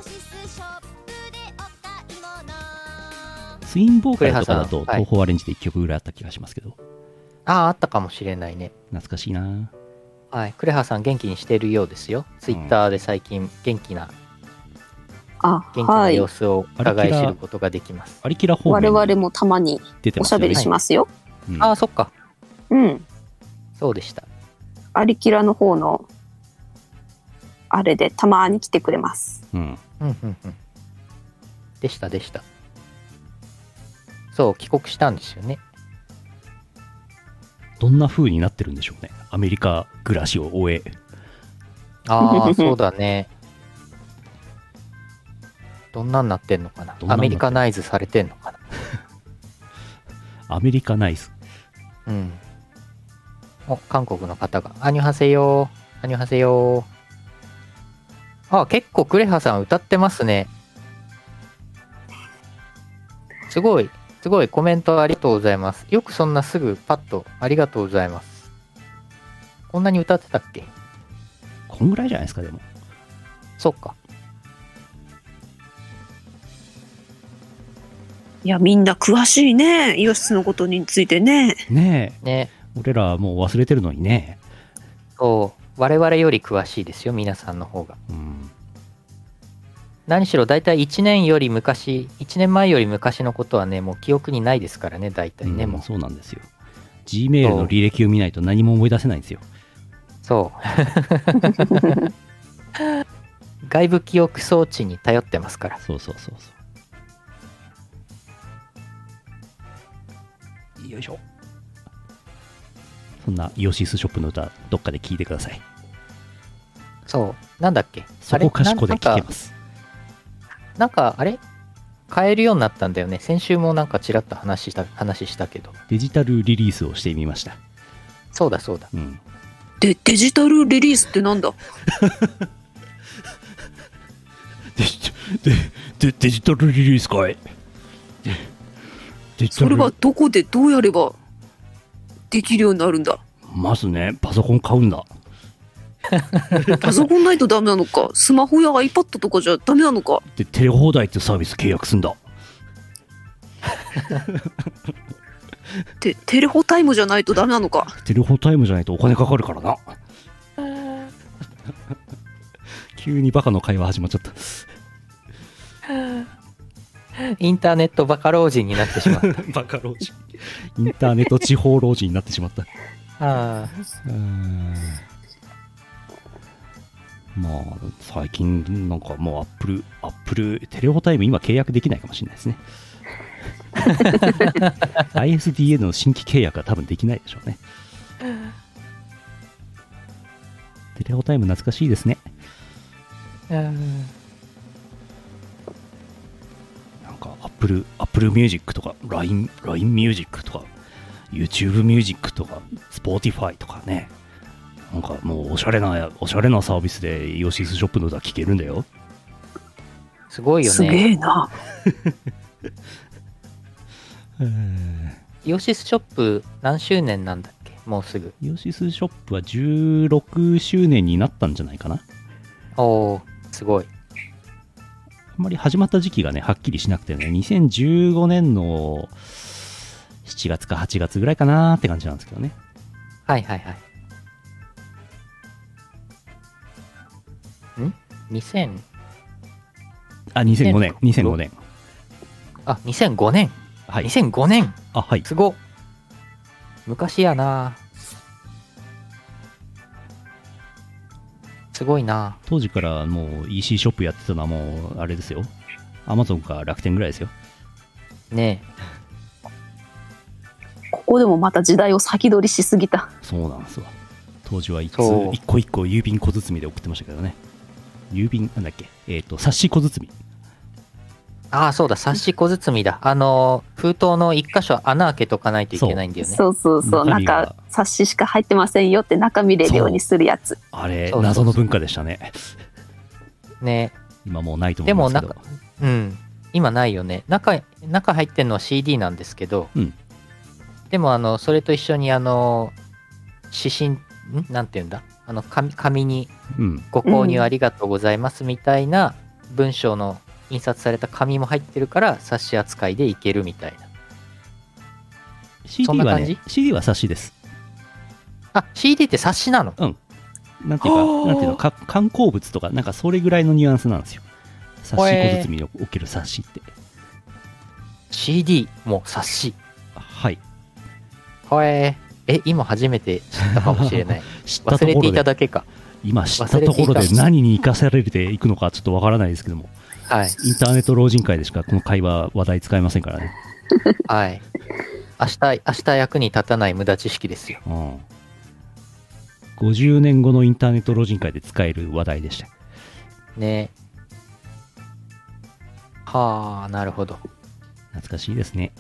S2: ツインボーカルとかだ
S3: クレハ
S2: と
S3: さんは
S2: 東
S3: い
S2: 宝アレンジで1曲ぐらいあった気がしますけど
S3: ああ、あったかもしれないね。
S2: 懐かしいな
S3: はい。クレハさん元気にしてるようですよ。ツイッターで最近元気な、
S1: あ、
S3: 元気な
S1: はい。
S3: 様子を伺い知ることができます。
S2: アリキラ方
S1: 我
S2: 面
S1: 々
S2: に
S1: もたまに
S2: 出て
S1: お
S2: ま
S1: し
S2: す
S1: ゃ
S2: よ
S1: べ
S2: ね
S1: りしますよ。
S2: うん
S3: ああ、そっか。
S1: うん。
S3: そうでした。
S1: アリキラの方のあれでたまに来てくれます。
S2: うん
S3: うんうんうん。でしたでした。そう、帰国したんですよね。
S2: どんな風になってるんでしょうね。アメリカ暮らしを終え。
S3: ああ、そうだね。どんなんなってんのかな
S2: どんなんなってんの
S3: アメリカナイズされてんのかな
S2: アメリカナイス。
S3: うん。お、韓国の方が。アニュハセヨー。アニュハセヨー。あ、結構クレハさん歌ってますね。すごい、すごいコメントありがとうございます。よくそんなすぐパッとありがとうございます。こんなに歌ってたっけ
S2: こんぐらいじゃないですか、でも。
S3: そっか。
S1: いや、みんな詳しいね。イオシスのことについてね。
S2: ねえ、
S3: ね。
S2: 俺らもう忘れてるのにね。
S3: そう。我々より詳しいですよ、皆さんの方が。
S2: うん。
S3: 何しろ大体1年より昔、1年前より昔のことはね、もう記憶にないですからね、大体ね、
S2: うん
S3: もう。
S2: そうなんですよ。Gmail の履歴を見ないと何も思い出せないんですよ。
S3: そう。 *laughs* 外部記憶装置に頼ってますから。
S2: そうそうそうそう。よいしょ。そんなイオシスショップの歌、どっかで聴いてください。
S3: そう。なんだっけ
S2: そこかしこで聴
S3: あ
S2: け
S3: れ
S2: ます。
S3: なんか、なんかあれ買えるようになったんだよね。先週もなんかちらっと話した、話したけど。
S2: デジタルリリースをしてみました。
S3: そうだそうだ。
S2: うん。
S1: で、デジタルリリースってなんだ
S2: デジデデデジタルリリースかいデデジタ
S1: それ
S2: ル
S1: はどこでどうやればできるようになるんだ
S2: まずねパソコン買うんだ
S1: パソコンないとダメなのかスマホや iPad とかじゃダメなのか
S2: でテレ放題っていうサービス契約すんだ
S1: てテレホタイムじゃないとダメなのか
S2: テレホタイムじゃないとお金かかるからな *laughs* 急にバカの会話始まっちゃった
S3: インターネットバカ老人になってし
S2: *laughs*
S3: まった。
S2: *laughs* バカ老人インターネット地方老人になってしまった
S3: ああ。
S2: うーんまあ最近なんかもうアップルアップルテレホタイム今契約できないかもしれないですね ISDN の新規契約は多分できないでしょうねテレホタイム懐かしいですね
S3: うん
S2: なんかアップルアップルミュージックとか LINE ミュージックとか YouTube ミュージックとか Spotify とかねなんかもうおしゃれなおしゃれなサービスでイオシスショップの歌聴けるんだよ
S3: すごいよ
S1: すげ
S3: ね。
S1: えな
S3: イオシスショップ何周年なんだっけもうすぐ。
S2: イオシスショップは16周年になったんじゃないかな
S3: おおすごい。
S2: あんまり始まった時期がねはっきりしなくてね2015年の7月か8月ぐらいかなーって感じなんですけどね
S3: はいはいはい。ん ?2000?
S2: あ2005年2005年
S3: あ、2005年
S2: はい
S3: 2005年
S2: あはい
S3: すごっ昔やなすごいな
S2: 当時からもう EC ショップやってたのはもうあれですよアマゾンか楽天ぐらいですよ
S3: ね
S1: ここでもまた時代を先取りしすぎた
S2: そうなんですわ当時はいつ
S3: そう
S2: 一個一個郵便小包で送ってましたけどね郵便なんだっけえっ、と冊子小包
S3: えああそうだ冊子小包だあのー封筒の一箇所穴開けとかないといけないんだよね
S1: そうそうそう
S2: 中身が
S1: 中冊子しか入ってませんよって中見れるようにするやつ
S2: あれ
S3: そうそうそう
S2: 謎の文化でしたね
S3: ね
S2: 今もうないと思
S3: で
S2: いま
S3: も
S2: すけ
S3: な
S2: ど
S3: んかうん今ないよね中中入ってんのは CD なんですけど、
S2: うん
S3: でもあのそれと一緒にあの指針んなんていうんだあの紙紙に
S2: うん
S3: ご購入ありがとうございますみたいな文章の印刷された紙も入ってるから冊子扱いでいけるみたいな。そん
S2: CD
S3: な
S2: は
S3: 感じ
S2: ね CD は冊子です
S3: あ、CD って冊子なの
S2: なんていうかなんていうのか観光物とかなんかそれぐらいのニュアンスなんですよ冊子小包における冊子って、
S3: ?CD も冊子。
S2: はい
S3: ほえー。え、今初めて知ったかもしれ
S2: *laughs*
S3: ない。
S2: 知った
S3: 忘
S2: と
S3: れ
S2: こ
S3: て
S2: ろ
S3: い
S2: で
S3: ただけか。
S2: 今知ったところ
S3: 忘れ
S2: で
S3: ていた
S2: 何に生かされていくのかちょっとわからないですけども
S3: はい。
S2: インターネット老人会でしかこの会話話題使えませんからね
S3: はい。明日、明日役に立たない無駄知識ですよ。
S2: うん。50年後のインターネット老人会で使える話題でした。
S3: ねはあ、なるほど。
S2: 懐かしいですね。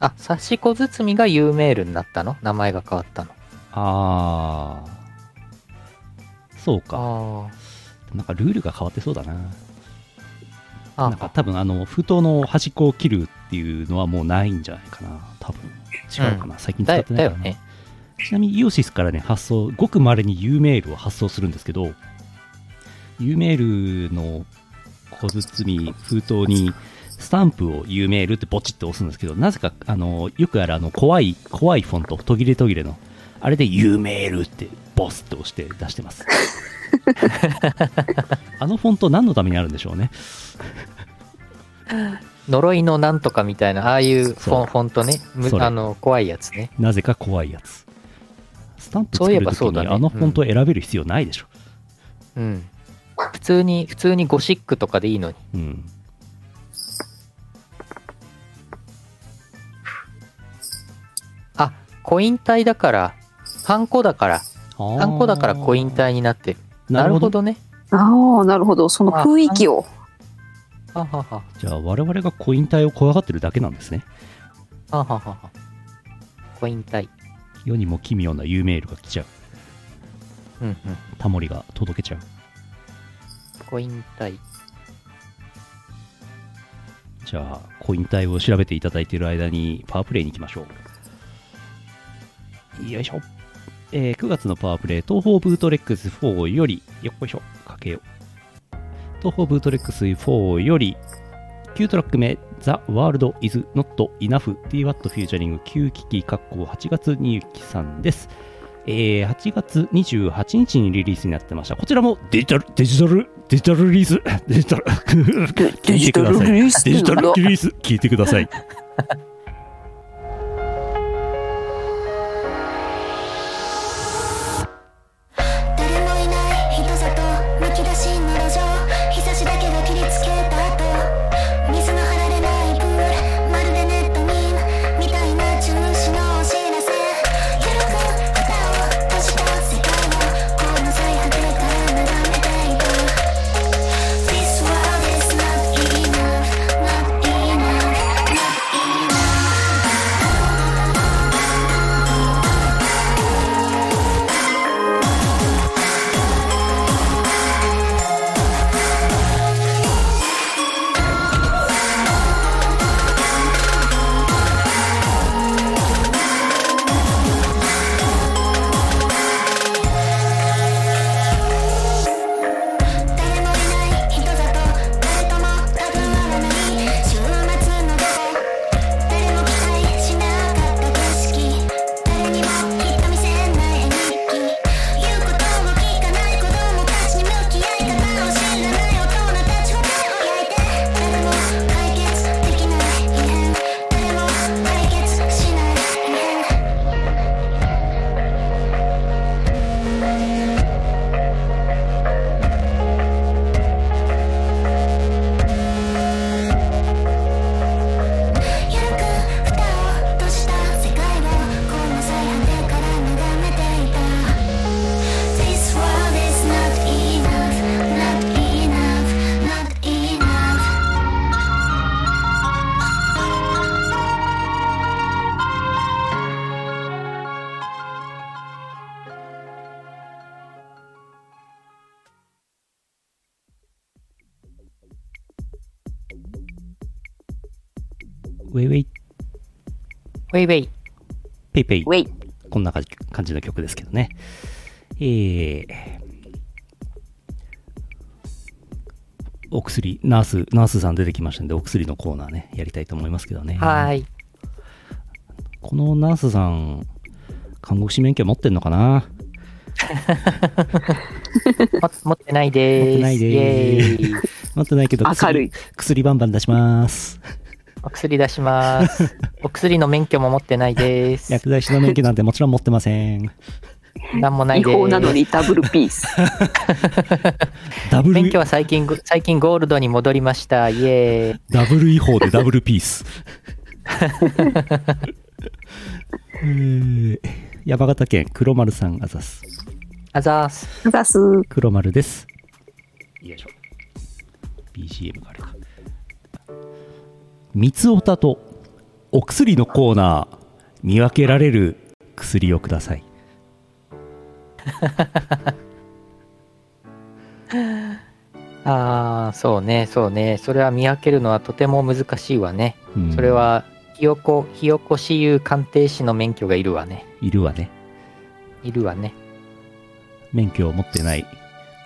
S3: あ、刺し子包みが有名ルになったの名前が変わったの。
S2: あー。そうか。
S3: あ
S2: なんかルールが変わってそうだな。
S3: あ。
S2: なんか多分あの、封筒の端っこを切るっていうのはもうないんじゃないかな。多分。違うかな。最近使
S3: だ
S2: っ
S3: よ
S2: てな
S3: だ
S2: い
S3: よ
S2: かな。
S3: ね。
S2: ちなみにイオシスからね、発送、ごく稀に U メールを発送するんですけど、U メールの小包み、封筒に、スタンプを U メールってポチッと押すんですけど、なぜか、あの、よくあるあの、怖い、怖いフォント、途切れ途切れの、あれで U メールって、ボスって押して出して
S3: *laughs*
S2: ます。あのフォント何のためにあるんでしょうね。
S3: 呪いのなんとかみたいな、ああいうフ
S2: そう
S3: ォンフォントね。む
S2: それ
S3: あの、怖いやつね。
S2: なぜか怖いやつ。スタンプ作
S3: そういえ
S2: る
S3: ば
S2: とき
S3: そうだ
S2: に
S3: ね
S2: あのフォントを選べる必要ないでしょ。
S3: うん。普通に、普通にゴシックとかでいいのに。
S2: うん。
S3: あ、コイン体だから、ハンコだから、ハ
S2: ハ
S3: ンコだからコイン体になってる。
S2: な
S3: な
S2: る
S3: る
S2: ほ
S3: ほ
S2: ど
S3: どね。
S1: ああ、なるほど。その雰囲気を。
S3: ははは。
S2: じゃあ我々がコイン体を怖がってるだけなんですね。
S3: はははは。コイン体。
S2: 世にも奇妙な U メールが来ちゃう。
S3: うんうん。
S2: タモリが届けちゃう。
S3: コイン体。
S2: じゃあコイン体を調べていただいている間にパワープレイに行きましょう。よいしょ。えー9月のパワープレイ、東方ブートレックス4より、よっこいしょ、かけよう。東方ブートレックス4より、9トラック目、The World is Not Enough DWAT Futuring 9機器、括弧8月にゆきさんです。えー8月28日にリリースになってました。こちらもデジタル、デジタル、デジタルリリース、デジタル、聞いてください。
S1: リース
S2: デジタルリリース聞いてください。
S5: 誰もいない人里むき出しの路上日差しだけが切りつけた後水の張られないプールまるでネットミンみたいな中止のお知らせ緩く歌を閉じた世界はこの最果てから眺めていく This world is not enough not enough not enough 誰もいない人だと誰とも関わらない週末の午後誰も期待しなかった景色誰にもきっと見せない日記言うことを聞かない子供たちに向き合い方を知らない大人たちを手を焼いて誰も解決できない異変誰も解決しない異変「ゆるく蓋を閉じた世界をこの最果てから眺めていた」「This world is not enough, not enough, not enough」
S2: ウェイウェイ、
S3: ウェイウェイ。
S2: ペイペイ
S1: ウ。ェイ。
S2: こんな感じ感じの曲ですけどね。えー、お薬、ナース、ナースさん出てきましたんで、お薬のコーナーね、やりたいと思いますけどね。
S3: はーい。
S2: このナースさん、看護師免許持ってんのかな
S3: も持ってないで
S2: 持
S3: ーす。
S2: ってないでーす
S3: イエーイ。
S2: 持ってないけど、
S1: 明る
S2: 薬
S1: い、
S2: 薬バンバン出します。
S3: お薬出
S2: *laughs*
S3: します。お薬の免許も持ってないでーす。
S2: 薬剤師の免許なんてもちろん持ってません。
S3: なんもない
S1: 違
S3: でーす。
S1: 法なのにダブルピース。
S2: ダブル
S3: 免、許は最近、最近ゴールドに戻りました。イエーイ。
S2: ダブル違法でダブルピース。えー山形県黒丸さんあざす。
S3: あざーす。
S1: 出す。
S2: 黒丸です。よいしょ。BGM があれか。三つおたとお薬のコーナー、見分けられる薬をください。
S3: ああ、そうね、そうね。それは見分けるのはとても難しいわね。
S2: うん
S3: それは、ひよこ、ひよこ私有鑑定士の免許がいるわね。
S2: いるわね。
S3: いるわね。
S2: 免許を持ってない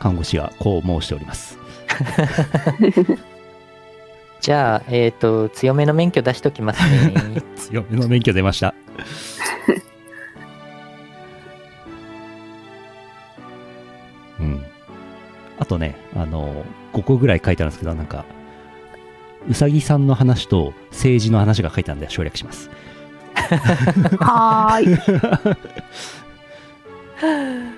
S2: 看護師はこう申しております。
S3: じゃあ、えっ、と、強めの免許出しときますね。
S2: 強めの免許出ました。うん。あとね、あの、5個ぐらい書いてあるんですけど、なんか、うさぎさんの話と政治の話が書いてあるんで省略します。
S1: はーい。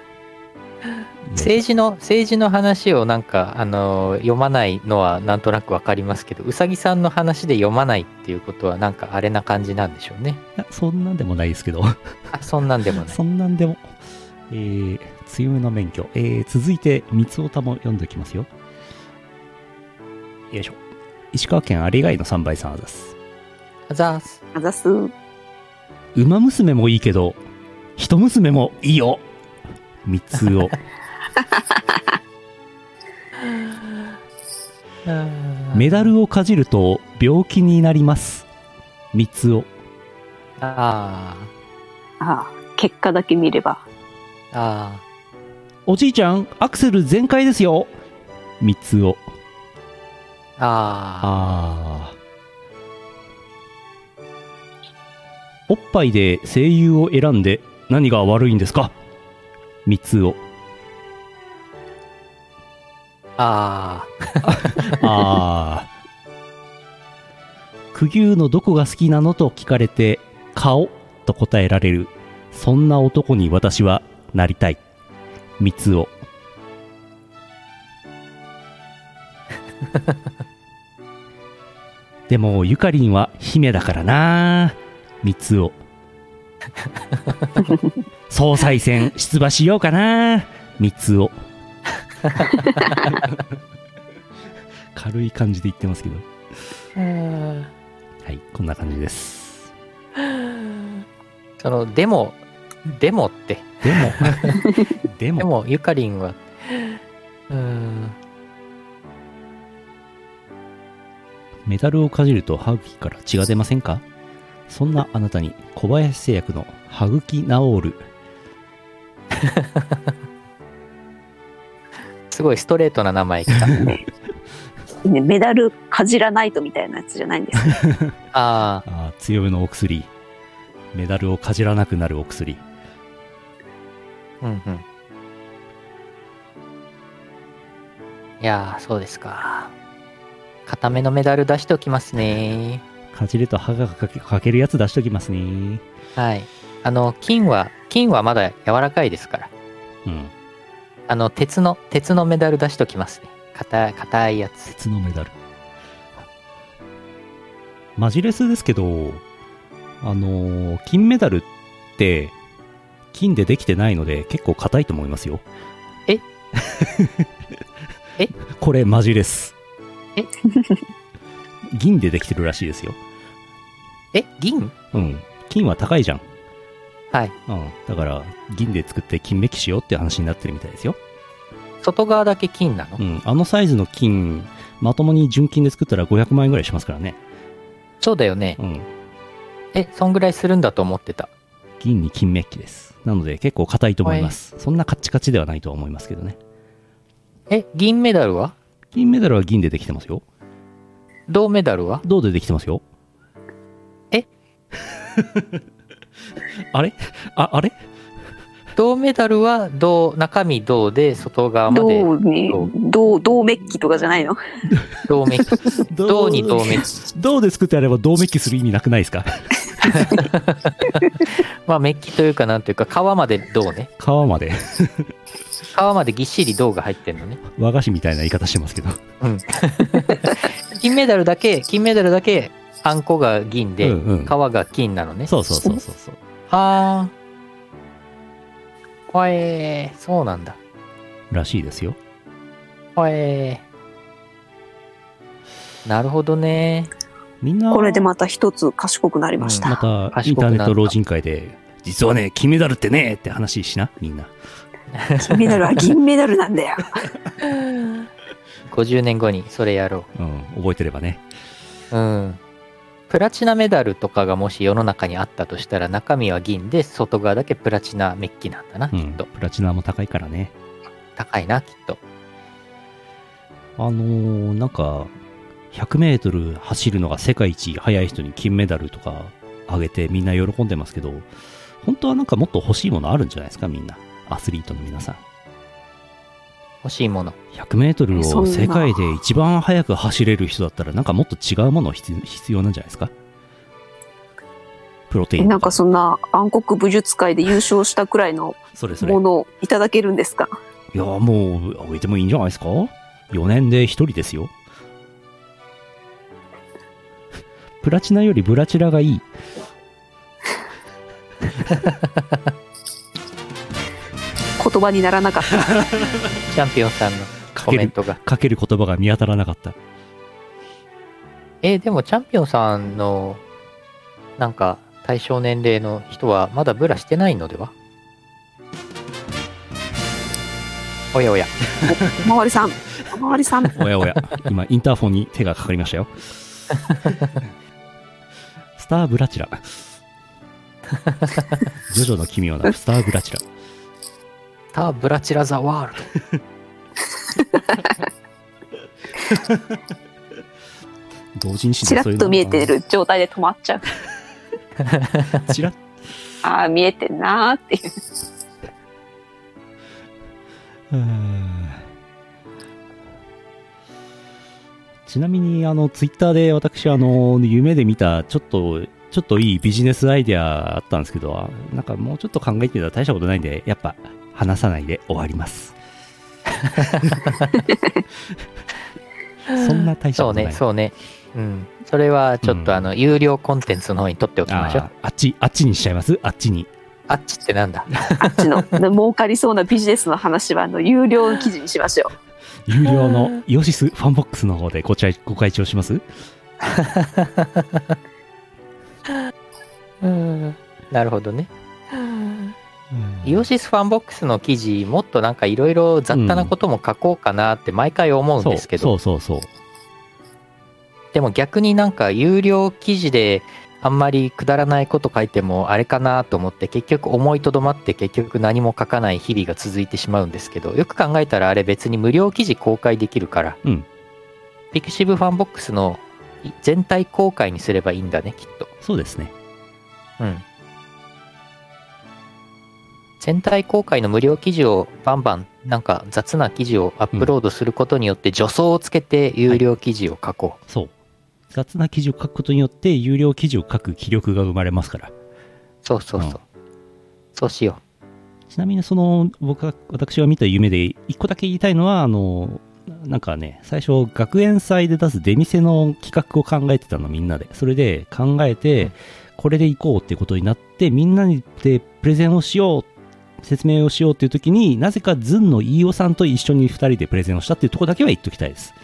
S3: 政治の、政治の話をなんか、あのー、読まないのはなんとなくわかりますけど、うさぎさんの話で読まないっていうことはなんかあれな感じなんでしょうね。
S2: いやそんなんでもないですけど、
S3: あ、そんなんでもない。
S2: そんなんでも、えー、強めの免許。えー、続いて、三つおたも読んでおきますよ。よいしょ。石川県有害の3倍さんあざっす。
S3: あざーす。
S1: あざす。
S2: ウマ娘もいいけど、人娘もいいよ。三つを。メダルをかじると病気になります。三つを。
S3: あ
S1: あー結果だけ見れば。
S3: あ、あ
S2: おじいちゃん、アクセル全開ですよ。三つを。
S3: あ、ああ、
S2: ああ。おっぱいで声優を選んで何が悪いんですか三つを。
S3: あ
S2: ああ。くぎゅうのどこが好きなのと聞かれて、顔と答えられる。そんな男に私はなりたい。三つを。でも、ゆかりんは姫だからな。三つを。総裁選出馬しようかな。三つを。軽い感じで言ってますけど。
S3: あ。
S2: はい、こんな感じです。
S3: その、でも、でもって、
S2: でも、 *laughs* で
S3: で
S2: も、
S3: も、ゆかりんは、うーん、
S2: メダルをかじると歯茎から血が出ませんかそんなあなたに小林製薬の歯茎治る。
S3: すごいストレートな名
S2: *laughs*
S3: 前来た。
S1: ね、メダルかじらないとみたいなやつじゃないんです。
S3: あ
S2: あー強めのお薬。メダルをかじらなくなるお薬。
S3: あ、うんうん。いやー、そうですか。固めのメダル出しておきますね。
S2: かじると歯がかけかけるやつ出しときますね。
S3: はい。あの、金は、金はまだ柔らかいですから。
S2: うん。
S3: あの、鉄の、鉄のメダル出しときますね。硬い、硬いやつ。
S2: 鉄のメダル。マジレスですけど、あのー金メダルって、金でできてないので結構硬いと思いますよ。 *laughs*
S3: ええ
S2: これマジレス。
S3: え
S2: *laughs* 銀でできてるらしいですよ。
S3: え、銀
S2: うん。金は高いじゃん。
S3: はい。
S2: うん。だから、銀で作って金メキしようって話になってるみたいですよ。
S3: 外側だけ金なの、
S2: うん。あのサイズの金、まともに純金で作ったら500万円ぐらいしますからね。
S3: そうだよね。
S2: うん。
S3: え、そんぐらいするんだと思ってた。
S2: 銀に金メッキです。なので結構硬いと思います。そんなカッチカチではないとは思いますけどね。
S3: え、銀メダルは
S2: 銀メダルは銀でできてますよ。
S3: 銅メダルは
S2: 銅でできてますよ。
S3: え
S2: *laughs* あれあ、あれ
S3: 銅メダルは銅、中身銅で、外側まで
S1: 銅に
S3: そう、
S1: 銅、銅メッキとかじゃないの。
S3: 銅メッキ。銅に銅メッキ。
S2: 銅で作ってあれば銅メッキする意味なくないですか
S3: まあメッキというかなんというか、皮まで銅ね。
S2: 皮まで
S3: 皮までぎっしり銅が入ってんのね。
S2: 和菓子みたいな言い方してますけど。
S3: 金メダルだけ、金メダルだけあんこが銀で、
S2: うんうん
S3: 皮が金なのね。
S2: そうそうそうそうそう。
S3: はあ。ほえー、そうなんだ。
S2: らしいですよ。
S3: ほえー。なるほどね。
S2: みんな、
S1: これでまた一つ賢くなりました。
S2: またインターネット老人会で、実はね、金メダルってねって話しな、みんな。
S1: 金メダルは銀メダルなんだよ。
S3: 50年後にそれやろ
S2: うん、覚えてればね。
S3: う。うん。プラチナメダルとかがもし世の中にあったとしたら中身は銀で外側だけプラチナメッキなんだな、
S2: う
S3: きっ
S2: ん、
S3: と。
S2: プラチナも高いからね。
S3: 高いな、きっと。
S2: あのーなんか、100メートル走るのが世界一速い人に金メダルとかあげてみんな喜んでますけど、本当はなんかもっと欲しいものあるんじゃないですか、みんな。アスリートの皆さん。
S3: 欲しいもの。
S2: 100メートル
S1: そん
S2: を
S1: な
S2: 世界で一番速く走れる人だったら、なんかもっと違うもの必必要なんじゃないですかプロテイ
S1: *laughs* え
S2: ン
S1: な
S2: と
S1: んか
S2: か。
S1: そんな暗黒武術界で優勝したくらいの
S2: それそれ。
S1: ものをいただけるんですか
S2: いや、もう、あげてもいいんじゃないですか ?4 年で1人ですよ。 *laughs* プラチナよりブラチラがいい。
S1: 言葉にならなかった。
S3: チャンピオンさんの
S2: か
S3: コ
S2: け
S3: メン
S2: る、
S3: トが。
S2: かける言葉が見当たらなかった。
S3: えーでもチャンピオンさんの、なんか、対象年齢の人はまだブラしてないのではおやおや。
S1: おまわりさん、おまわり *laughs* さん、
S2: おやおや、今、インターフォンに手がかかりましたよ。
S1: *laughs*
S2: スターブラ
S1: *laughs*
S2: チラ。ジョジョの奇妙なスターブラチラ。
S3: ターブラチラザワールド。
S2: 同人誌
S1: ち
S2: で
S1: らっ
S2: そういう
S1: と見えて。る状態で止まっちゃう。
S2: チラッ
S1: ああ、見えてんなーっていう。
S2: うーんちなみに、あの、ツイッターで私、あの、夢で見た、ちょっと、ちょっといいビジネスアイデアあったんですけど、なんかもうちょっと考えてたら大したことないんで、やっぱ、話さないで終わります。そんな大した
S3: そ
S2: こと
S3: う
S2: ない。
S3: ね、そうね。うん。それはちょっと
S2: うん
S3: あの、有料コンテンツの方に取っておきましょ
S2: あ
S3: う。
S2: あっち、あっちにしちゃいますあっちに。
S3: あっちってなん *laughs* だ
S1: あっ *laughs* ちの、儲かりそうなビジネスの話は、あの、有料記事にしましょう。
S2: 有料のイオシスファンボックスの方でごちゃご開帳します
S3: うん。なるほどね。イオ
S2: シ
S3: シスファンボックスの記事、もっとなんかいろいろ雑多なことも書こうかなって毎回思うんですけど、
S2: そうそうそうそう。
S3: でも逆になんか有料記事であんまりくだらないこと書いてもあれかなと思って結局思いとどまって結局何も書かない日々が続いてしまうんですけどよく考えたらあれ別に無料記事公開できるから、
S2: うん
S3: ピクシブファンボックスの全体公開にすればいいんだねきっと
S2: そうですね。
S3: うん全体公開の無料記事をバンバンなんか雑な記事をアップロードすることによって助走をつけて有料記事を書こう、
S2: そう。雑な記事を書くことによって、有料記事を書く気力が生まれますから。
S3: そうそうそう、
S2: うん
S3: そうしよう
S2: ちなみに、その、僕が、私が見た夢で、一個だけ言いたいのは、あの、なんかね、最初、学園祭で出す出店の企画を考えてたの、みんなで。それで考えて、
S3: うん
S2: これで行こうってことになって、みんなでプレゼンをしよう、説明をしようっていう時に、なぜかズンの飯尾さんと一緒に二人でプレゼンをしたっていうとこだけは言っときたいです。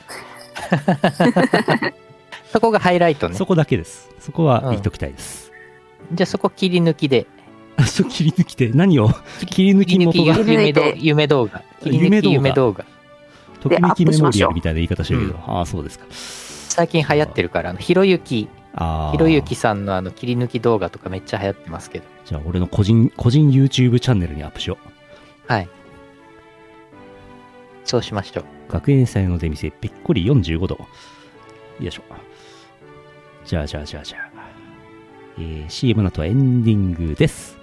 S3: そこがハイライトね。
S2: そこだけです。そこは
S3: うん
S2: 言っときたいです。
S3: じゃあそこ切り抜きで。
S2: あそう切り抜きで何を切り抜き
S3: 切り抜
S2: 元
S3: き
S2: が
S1: 抜き
S3: 夢ど夢動画。切り抜き夢
S2: 夢
S3: 動画。
S2: ときめき
S1: でアップ
S2: メ
S1: し
S2: モ
S1: ま
S2: リ
S1: し
S2: ア
S1: ょう
S2: ルみたいな言い方してるけど、
S3: う
S2: ああ、そうですか。
S3: 最近流行ってるから、あのひろゆき、
S2: ああ。
S3: ひろゆきさんのあの切り抜き動画とかめっちゃ流行ってますけど。
S2: じゃあ、俺の個人、個人 YouTube チャンネルにアップしよう。
S3: はい。そうしましょう。
S2: 学園祭の出店、ぺっこり45度。よいしょ。じゃあ、じゃあ、じゃあ、じゃあ。えー、CM の後はエンディングです。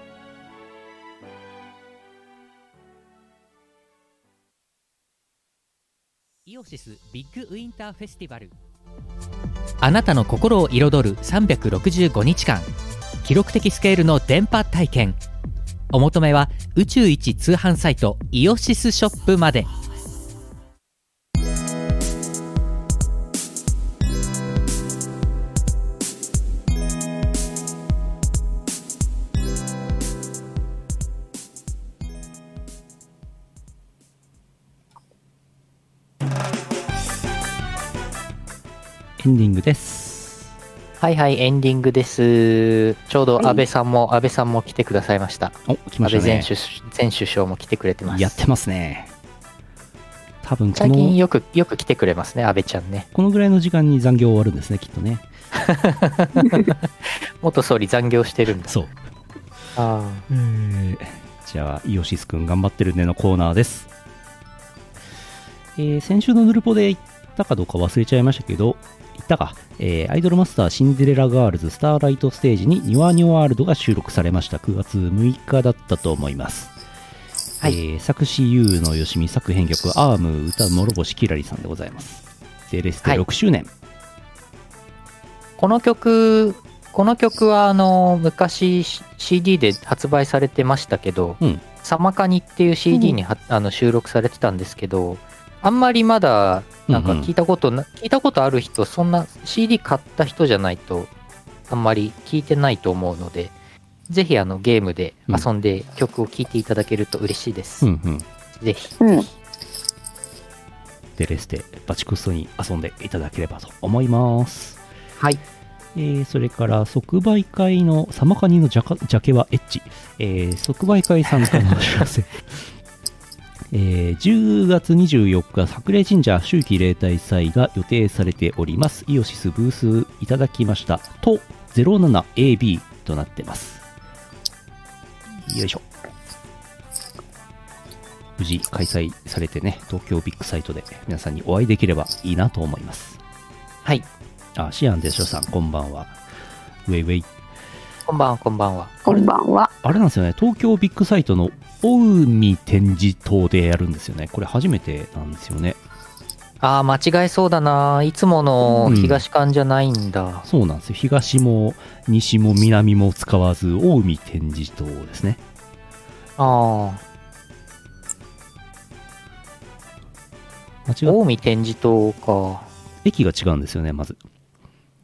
S4: イオシスビッグウィンターフェスティバルあなたの心を彩る365日間記録的スケールの電波体験お求めは宇宙一通販サイトイオシスショップまで
S2: エンディングです。
S3: はいはい、エンディングです。ちょう
S1: はい
S3: ど安倍さんも、安倍さんも来てくださいました。
S2: お、来まし
S3: 安
S2: た
S3: 倍前
S2: ね。
S3: 首前首相も来てくれてます。
S2: やってますね。多分こ
S3: 最近
S2: の、
S3: よく、よく来てくれますね、安倍ちゃんね。
S2: このぐらいの時間に残業終わるんですね、きっとね。
S3: 元総理残業してるんだ。
S2: そう。
S3: あ
S2: えーじゃあ、イオシスくん頑張ってるねのコーナーです。えー先週のヌルポで言ったかどうか忘れちゃいましたけど、言ったか、えーアイドルマスターシンデレラガールズスターライトステージにニワニワワールドが収録されました。9月6日だったと思います。
S3: はい
S2: えー作詞 U のよしみ作編曲アーム歌諸星キラリさんでございます。デレステ
S3: はい
S2: 6周年。
S3: この曲、この曲はあの昔 CD で発売されてましたけど、
S2: うん
S3: サマカニっていう CD には、あの収録されてたんですけど、あんまりまだなんか
S2: うんうん
S3: 聞いたことな、聞いたことある人、そんな CD 買った人じゃないとあんまり聞いてないと思うので、ぜひあのゲームで遊んで曲を聴いていただけると嬉しいです。
S2: うんうん。
S3: ぜひ。
S1: うん。
S2: デレステバチクソに遊んでいただければと思います。
S3: はい。
S2: えーそれから即売会のサマカニのジャカジャケはエッチ、えー即売会参加のお知らせ *laughs* えー10月24日桜井神社秋季例大祭が予定されておりますイオシスブースいただきましたと 07AB となってますよいしょ無事開催されてね東京ビッグサイトで皆さんにお会いできればいいなと思います
S3: はい。
S2: あ、シアンでしょさん、こんばんは。ウェイウェイ。
S3: こんばんは、こんばんは。
S1: こんばんは。
S2: あれなんですよね、東京ビッグサイトの大海展示棟でやるんですよね。これ初めてなんですよね。
S3: ああ、間違えそうだな。いつもの東館じゃないんだ。
S2: そうなんですよ。東も西も南も使わず、大海展示棟ですね。
S3: ああ、
S2: 間違っ
S3: 近江展示棟か。
S2: 駅が違うんですよね、まず。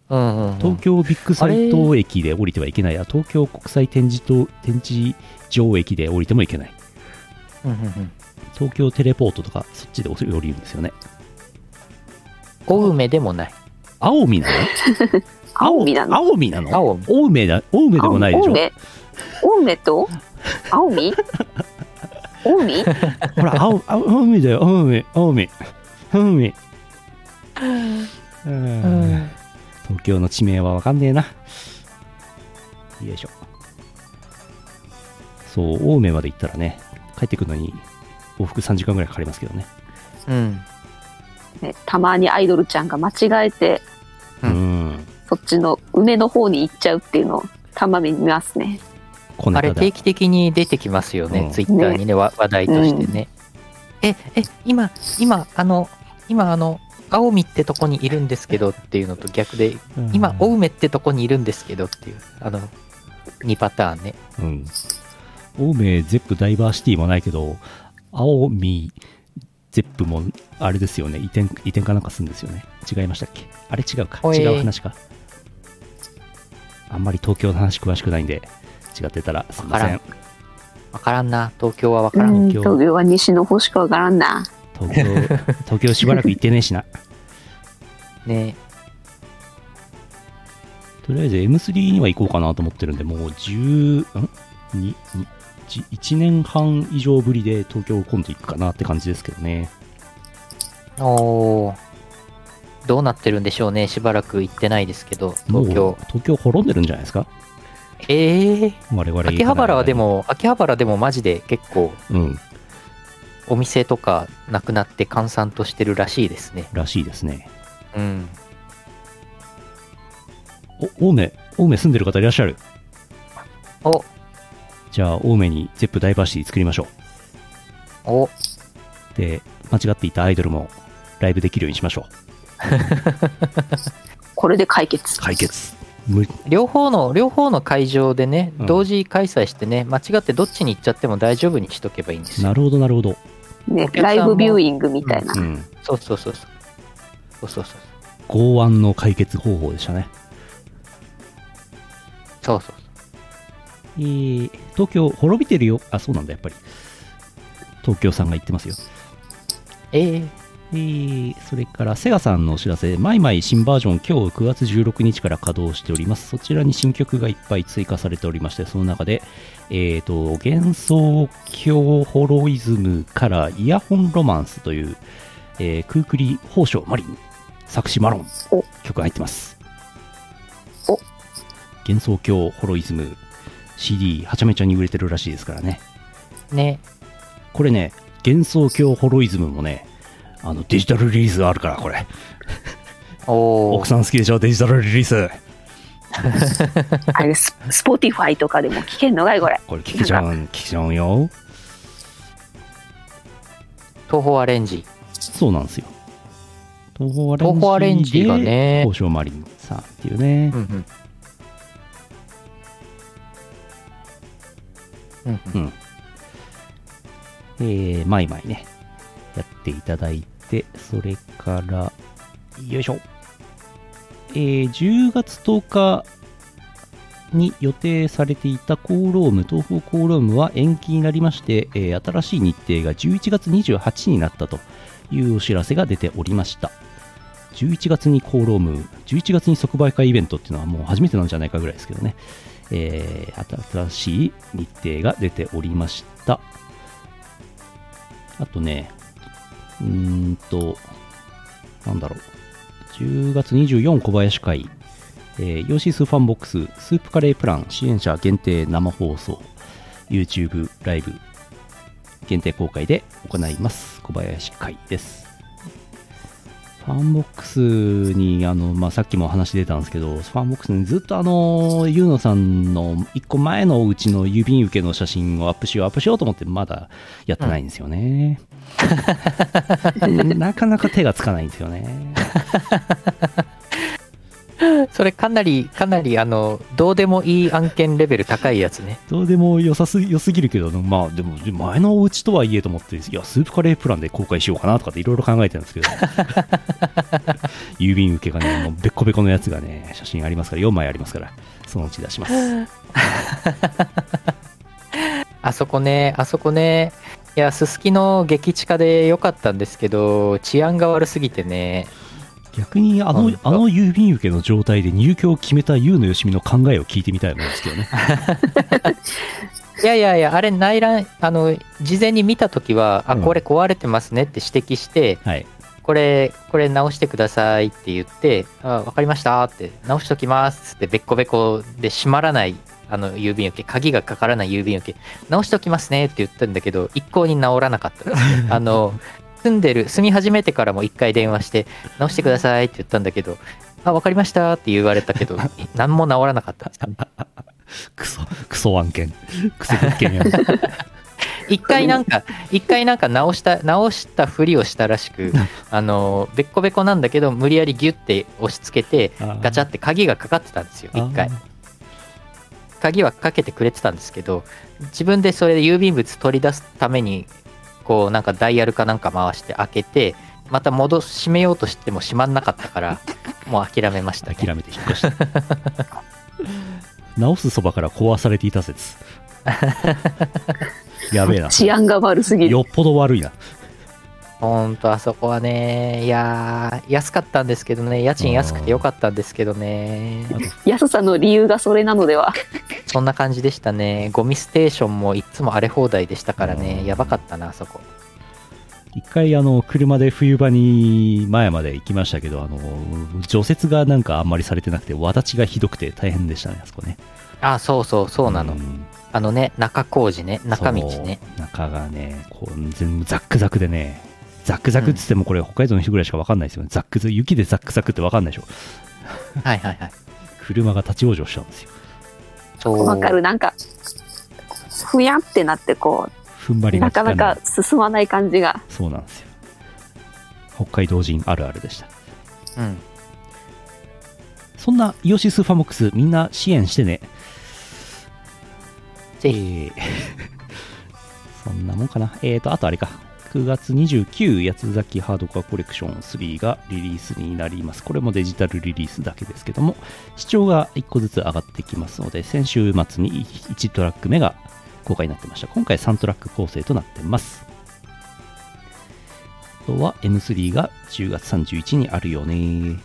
S3: うんうん、うん
S2: 東。京ビッグサイト駅で降りてはいけない。あ東京国際展示棟、展示場駅で降りてもいけない。
S3: うんうんうん
S2: 東京テレポートとか、そっちで降りるんですよね。
S3: 青梅でもない。
S2: 青海なの
S1: 青海なの
S2: 青海なの
S3: 青海。
S2: 青梅だ、青梅でもないでしょ
S1: 青梅と青
S2: *laughs*
S1: 海青海
S2: ほら、青、 *laughs* 青青海だよ、青海、青海、青海。うん東京の地名はわかんねえな。よいしょ。そう、青梅まで行ったらね、帰ってくるのに往復3時間ぐらいかかりますけどね。
S3: うん。
S1: ねたまにアイドルちゃんが間違えて
S3: う
S2: うんん。
S1: そっちの梅の方に行っちゃうっていうのをたまに見ますね
S2: 小
S3: あ
S2: ネ
S3: れ
S2: タだ
S3: 定。期的に出てきますよね、
S2: うん
S3: ツイッターにね、わ話題としてね。え、え、今、今、あの、今、あの、青海ってとこにいるんですけどっていうのと逆で、今、青梅ってとこにいるんですけどっていう、あの、2パターンね。
S2: うん。青梅、ゼップ、ダイバーシティもないけど、青海、ゼップも、あれですよね、移転、移転かなんかするんですよね。違いましたっけあれ違うか。
S3: ほ
S2: 違
S3: えー
S2: う話か。あんまり東京の話詳しくないんで、違ってたらすいません。
S3: わからんな、東京はわか
S1: う
S3: らん。
S1: ん
S2: 今日
S1: 東京は西の方しかわからんな
S2: 東京、東京しばらく行ってねえしな。
S3: ね。
S2: とりあえず M3 には行こうかなと思ってるんで、もう10、んににじ1年半以上ぶりで東京今度行くかなって感じですけどね。
S3: おーどうなってるんでしょうね、しばらく行ってないですけど、東
S2: もう
S3: 京。
S2: 東京滅んでるんじゃないですか
S3: ええ
S2: 我々
S3: 秋葉原はで、も、秋葉原でもマジで結構
S2: うん、
S3: お店とかなくなって閑散としてるらしいですね。
S2: らしいですね。
S3: うん。
S2: お、青梅、青梅住んでる方いらっしゃる。
S3: お、
S2: じゃあ、青梅にゼップダイバーシティ作りましょ
S3: お、
S2: う。で、間違っていたアイドルもライブできるようにしましょう。
S1: これで解決
S2: 解決。無
S3: 両方の、両方の会場でね、
S2: うん
S3: 同時開催してね、間違ってどっちに行っちゃっても大丈夫にしとけばいいんですよ。
S2: なるほど、なるほど。
S1: ね
S3: お客
S1: ラ
S3: さんも
S1: イブビューイングみたいな
S2: うん。
S3: そうそうそうそう。そうそうそう。
S2: 剛腕の解決方法でしたね。
S3: そうそう
S2: えー東京、滅びてるよ。あ、そうなんだ、やっぱり。東京さんが言ってますよ。
S3: ええ
S2: えーそれからセガさんのお知らせ、マイマイ新バージョン、今日9月16日から稼働しております。そちらに新曲がいっぱい追加されておりまして、その中で、えー、と幻想郷ホロイズムからイヤホンロマンスという、えー、クークリ宝生マリン作詞マロン
S1: お
S2: 曲が入ってます
S1: お
S2: 幻想郷ホロイズム CD はちゃめちゃに売れてるらしいですからね
S3: ね。
S2: これね幻想郷ホロイズムもねあのデジタルリリースあるからこれ
S3: おお
S2: 奥。さん好きでしょデジタルリリース
S1: あれス、スポティファイとかでも聞けんのかいこれ。
S2: これ聞き *laughs* ちゃうん聞きちゃうんよ
S3: 東宝アレンジ。
S2: そうなんですよ東宝アレンジで
S3: 東宝アレンジがね
S2: 交渉マリンさんっていうね
S3: うんうん。うんうん
S2: えー、マイマイね、やっていただいて、それから、よいしょ。えー、10月10日に予定されていたコーローム、東方コーロームは延期になりまして、えー新しい日程が11月28になったというお知らせが出ておりました。11月にコーローム、11月に即売会イベントっていうのはもう初めてなんじゃないかぐらいですけどね、えー新しい日程が出ておりました。あとね、うーんと、なんだろう。10月24小林会、えー、ヨーシスファンボックス、スープカレープラン、支援者限定生放送、YouTube ライブ、限定公開で行います。小林会です。ファンボックスに、あの、まあ、さっきも話出たんですけど、ファンボックスにずっとあの、ゆうのさんの一個前のうちの郵便受けの写真をアップしよう、アップしようと思って、まだやってないんですよね。なかなか手がつかないんですよ
S3: *laughs*
S2: ね。
S3: それかなり、かなり、あの、どうでもいい案件レベル高いやつね。
S2: どうでも良さす良すぎるけど、まあでも前のお家とはいえと思って、いや、スープカレープランで公開しようかなとかっていろいろ考えてるんですけ
S3: *laughs*
S2: ど、郵便受けがね、もうべっこべこのやつがね、写真ありますから、4枚ありますから、そのうち出し
S3: *laughs*
S2: ます。
S3: あそこね、あそこね。いや、すすきの激地下で良かったんですけど、治安が悪すぎてね。
S2: 逆にあ
S3: な
S2: の
S3: んだ
S2: あの郵便受けの状態で入居を決めた優のよしみの考えを聞いてみたいもんですけど
S3: *laughs*
S2: ね。
S3: いやいやいや、あれ内覧、あの、事前に見たときは、あ、
S2: うん
S3: これ壊れてますねって指摘して、
S2: はい。 *laughs*
S3: これ、これ直してくださいって言って、あ、わかりましたって、直しときますって、べっこべこで閉まらない、あの、郵便受け、鍵がかからない郵便受け、直しときますねって言ったんだけど、一向に直らなかったですね。あの、住んでる、住み始めてからも一回電話して、直してくださいって言ったんだけど、あ、わかりましたって言われたけど、何も直らなかったんですね。
S2: クソ、クソ案件。クソ物件やる。
S3: 一回なんか、一回なんか直した、直したふりをしたら
S2: *laughs*
S3: しく、あの、べっこべこなんだけど、無理やりギュって押し付けて、ガチャって鍵がかかってたんですよ、 *laughs* 一回
S2: あ。
S3: 鍵はかけてくれてたんですけど、自分でそれで郵便物取り出すために、こう、なんかダイヤルかなんか回して開けて、また戻し、閉めようとしても閉まんなかっ
S2: *laughs*
S3: たから、もう諦めましたね、
S2: 諦めて引っ越した。 *laughs* 直すそばから壊されていた説。 *laughs* やべえ
S3: *laughs*
S2: な。
S1: 治安が悪すぎる。
S2: よっぽど悪いな。
S3: ほんと、あそこはね、いやー、安かったんですけどね、家賃安くてよかったんですけどね。
S1: 安さの理由がそれなのでは。
S3: そんな感じでしたね。ゴミステーションもいつも荒れ放題でしたからね
S2: う。ん
S3: やばかったな、あそこ。
S2: 一回、あの、車で冬場に前まで行きましたけど、あの、除雪がなんかあんまりされてなくて、わだちがひどくて大変でしたね、あそこね。
S3: あ、そうそう、そうなの。
S2: ん
S3: あのね、中工事ね、中道ね。
S2: そう。中がね、こう、全部ザックザクでね、ザックザクっつってもこれ北海道の人ぐらいしかわかんないですよね。ザックザク、雪でザックザクってわかんないでしょ。
S3: はいはいはい。
S2: 車が立ち往生しちゃうんですよ。
S3: そう。
S1: *laughs* わかる。なんか、ふやってなってこ
S2: 踏ん張
S1: う、
S2: りが
S1: な
S2: 効か
S1: か
S2: ない
S1: なか進まない感じが。
S2: そうなんですよ。北海道人あるあるでした。
S3: うん。
S2: そんなイオシスファモックス、みんな支援してね。
S3: ぜひ。
S2: えー *laughs* そんなもんかな。えーと、あとあれか。9月29、八つ崎ハードコアコレクション3がリリースになります。これもデジタルリリースだけですけども、視聴が1個ずつ上がってきますので、先週末に1トラック目が公開になってました。今回3トラック構成となってます。とは N3 が10月31にあるよね。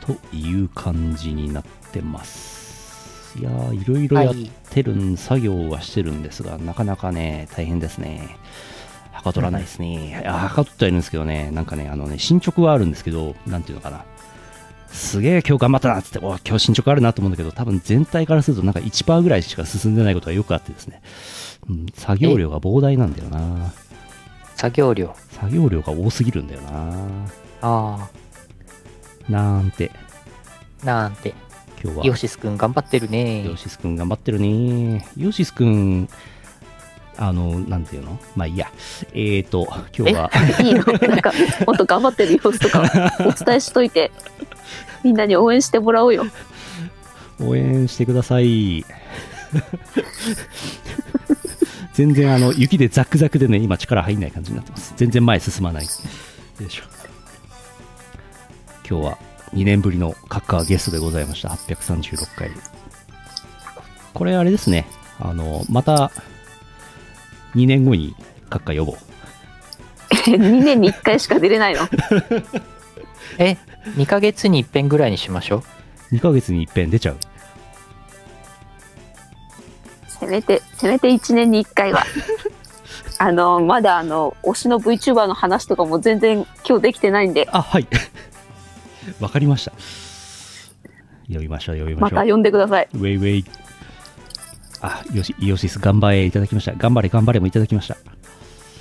S2: という感じになってます。いやー、いろいろやっ
S3: い。
S2: てるん、作業はしてるんですが、なかなかね、大変ですね。はかどらないですね。あはかどってはいるんですけどね、なんかね、あのね、進捗はあるんですけど、なんていうのかな。すげえ今日頑張ったなっつって、お今日進捗あるなと思うんだけど、多分全体からするとなんか1%ぐらいしか進んでないことがよくあってですね、うん、作業量が膨大なんだよな。
S3: 作業量。
S2: 作業量が多すぎるんだよな。
S3: あ
S2: なんて、
S3: あ、なんて。
S2: 今日は。
S3: ヨシスくん頑張ってるね。
S2: ヨシスくん頑張ってるね。ヨシスくん、あの、なんていうのまあいいや。えーと、今日は、
S1: いい
S2: *laughs*
S1: のなんかもっと頑張ってる様子とかお伝えしといてみんなに応援してもらおうよ
S2: 応援してください。全然あの雪でザクザクでね今力入んない感じになってます全然前進まないよいしょ今日は2年ぶりのカッカーゲストでございました836回これあれですねあのまた2年後にカッカー呼ぼう
S1: 2年に1回しか出れないの
S3: え、2ヶ月に一遍ぐらいにしま
S2: *laughs*
S3: しょう。
S2: 2ヶ月に一遍出ちゃう
S1: せめてせめて1年に1回はあのまだあの推しの VTuber の話とかも全然今日できてないんで
S2: あはい *laughs* わかりました呼びましょう呼びま
S1: ま
S2: しょう
S1: た呼んでください
S2: ウェイウェイ。あ、よし、イオシス頑張れいただきました。頑張れ頑張れもいただきました。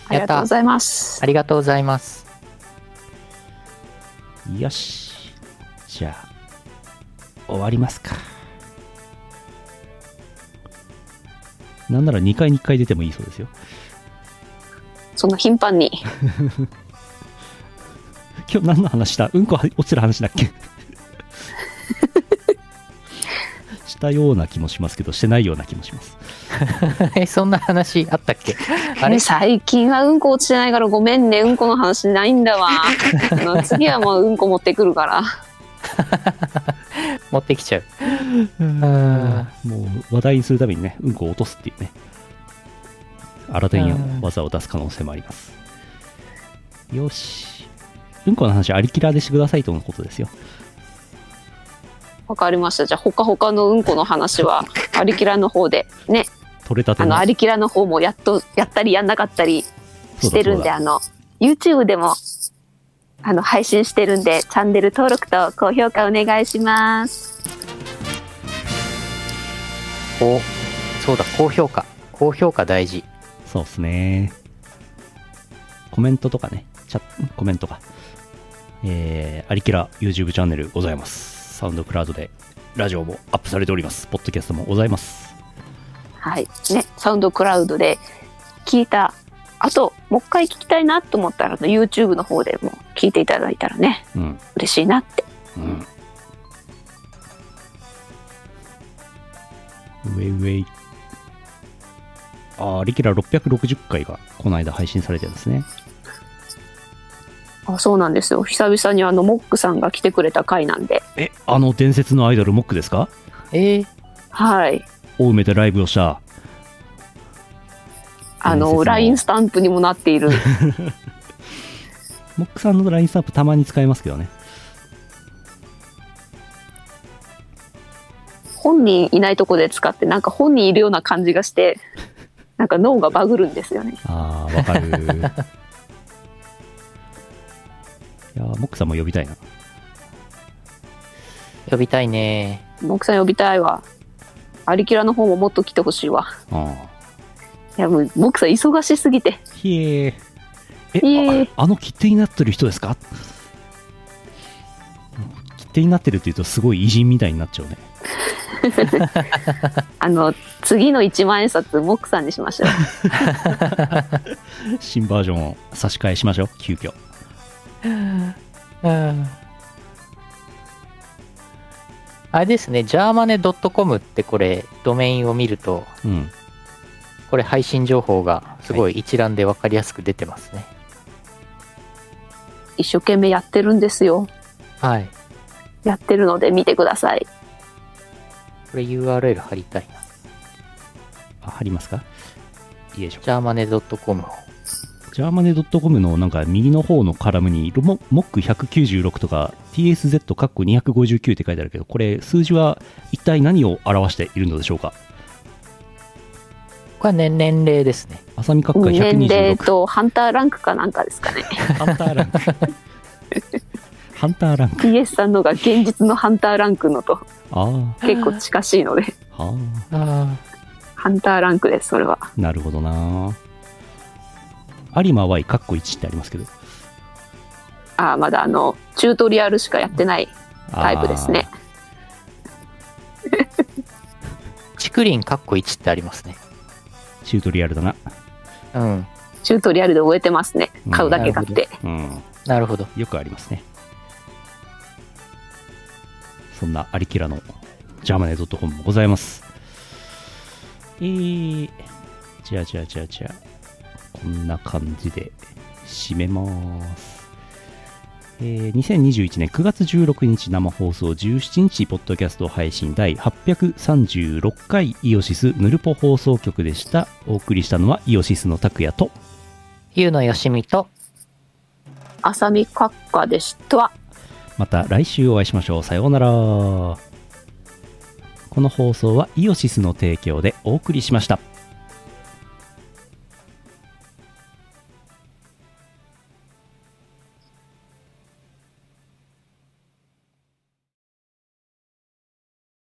S1: ありがとうございます
S3: ありがとうございます。
S2: よし。じゃあ、終わりますか。なんなら2回に1回出てもいいそうですよ。
S1: その頻繁に
S2: 今日何の話したうんこは落ちてる話だっ *laughs* けしたような気もしますけど、してないような気もします。
S3: え、そんな話あったっ
S2: *laughs*
S3: けあ
S1: あ
S3: れ
S1: れ最近はうんこ落ちてないからごめんねうんこの話ないんだわあの次はもううんこ持ってくるから
S3: 持ってきちゃう。うん。
S2: もう話題にするためにね、うんこを落とすっていうね、新手に技を出す可能性もあります。よし。うんこの話、ありきらでしてくださいとのことですよ。
S1: わかりましたじゃあほかほかのうんこの話
S2: *laughs*
S1: はアリキラの方でね
S2: 取れたて
S1: あ
S2: の
S1: のアリキラの方もやっとやったりやんなかったりしてるんで
S2: そうだ
S1: あの YouTube でもあの配信してるんでチャンネル登録と高評価お願いします
S3: お、そうだ、高評価。高評価大事。
S2: そうっすね。コメントとかね、チャコメントか。えー、ありきら YouTube チャンネルございます。サウンドクラウドで、ラジオもアップされております。ポッドキャストもございます。
S1: はいねサウンドクラウドで聞いたあともう一回聞きたいなと思ったらあの YouTube の方でも聞いていただいたらね
S2: うん。
S1: 嬉しいなって
S2: うん。ウェイウェイ。あー、リキラ660回がこの間配信されてるんですね。
S1: あそうなんですよ久々にあのモックさんが来てくれた回なんで
S2: え、あの伝説のアイドルモックですか
S3: えー、
S1: はい
S2: 青梅でライブをした。
S1: あ
S2: 伝説
S1: の
S2: の
S1: LINE スタンプにもなっている
S2: モックさんの LINE スタンプたまに使えますけどね。
S1: 本人いないとこで使ってなんか本人いるような感じがしてなんか脳がバグるんですよね
S2: あー、わか *laughs* る。いやーモックさんも呼びたいな。
S3: 呼びたいね。
S1: モックさん呼びたいわアリキラの方ももっと来てほしいわ
S2: あ
S1: いやもうモックさん忙しすぎて
S2: ーひえー。え、
S1: いえいえ
S2: ああの切手になってる人ですか切手になってるって言うとすごい偉人みたいになっちゃうね。
S1: あの次の一万円札モックさんにしましょう
S2: 新バージョンを差し替えしましょう急遽
S3: うん。あれですね、ジャーマネ .com ってこれ、ドメインを見ると、
S2: うん
S3: これ配信情報がすごい一覧で分かりやすく出てますね。
S1: 一生懸命やってるんですよ
S3: はい。
S1: やってるので見てください
S3: これ URL 貼りたいな。
S2: あ貼りますかいいでしょう
S3: ジャーマネ .com を。
S2: ジャーマネ .com のなんか右の方のカラムに、ロモモック196とか TSZ かっこ259って書いてあるけど、これ数字は一体何を表しているのでしょうか
S3: これはね、年齢ですね。
S2: 浅見閣下
S1: 年齢
S2: 126、
S1: とハンターランクかなんかですかね。
S2: ハンターランク。ハンターランク。
S1: PS さんのが現実のハンターランクのと
S2: ああ、
S1: 結構近しいので、
S2: は
S3: あ
S1: ハンターランクです、それは。
S2: あ、なるほどな。有馬 Y かっこ1ってありますけど。
S1: ああ、まだあの、チュートリアルしかやってない。タイプですね
S2: あ
S3: あ。チクリンカッコ1ってありますね。
S2: ー。チュートリアルだな。
S3: うん。
S1: チュートリアルで終えてますね。買うだけ買って。
S2: うん。
S3: なるほど。
S2: よくありますね。そんなアリキラのジャーマネー .com もございます。えー、じゃあじゃあじゃあじゃあ、こんな感じで締めます。えー、2021年9月16日生放送17日ポッドキャスト配信第836回イオシスヌルポ放送局でした。お送りしたのはイオシスの拓也と
S3: ゆうのよしみと、
S1: 浅見閣下でした。
S2: また来週お会いしましょうさようならこの放送はイオシスの提供でお送りしました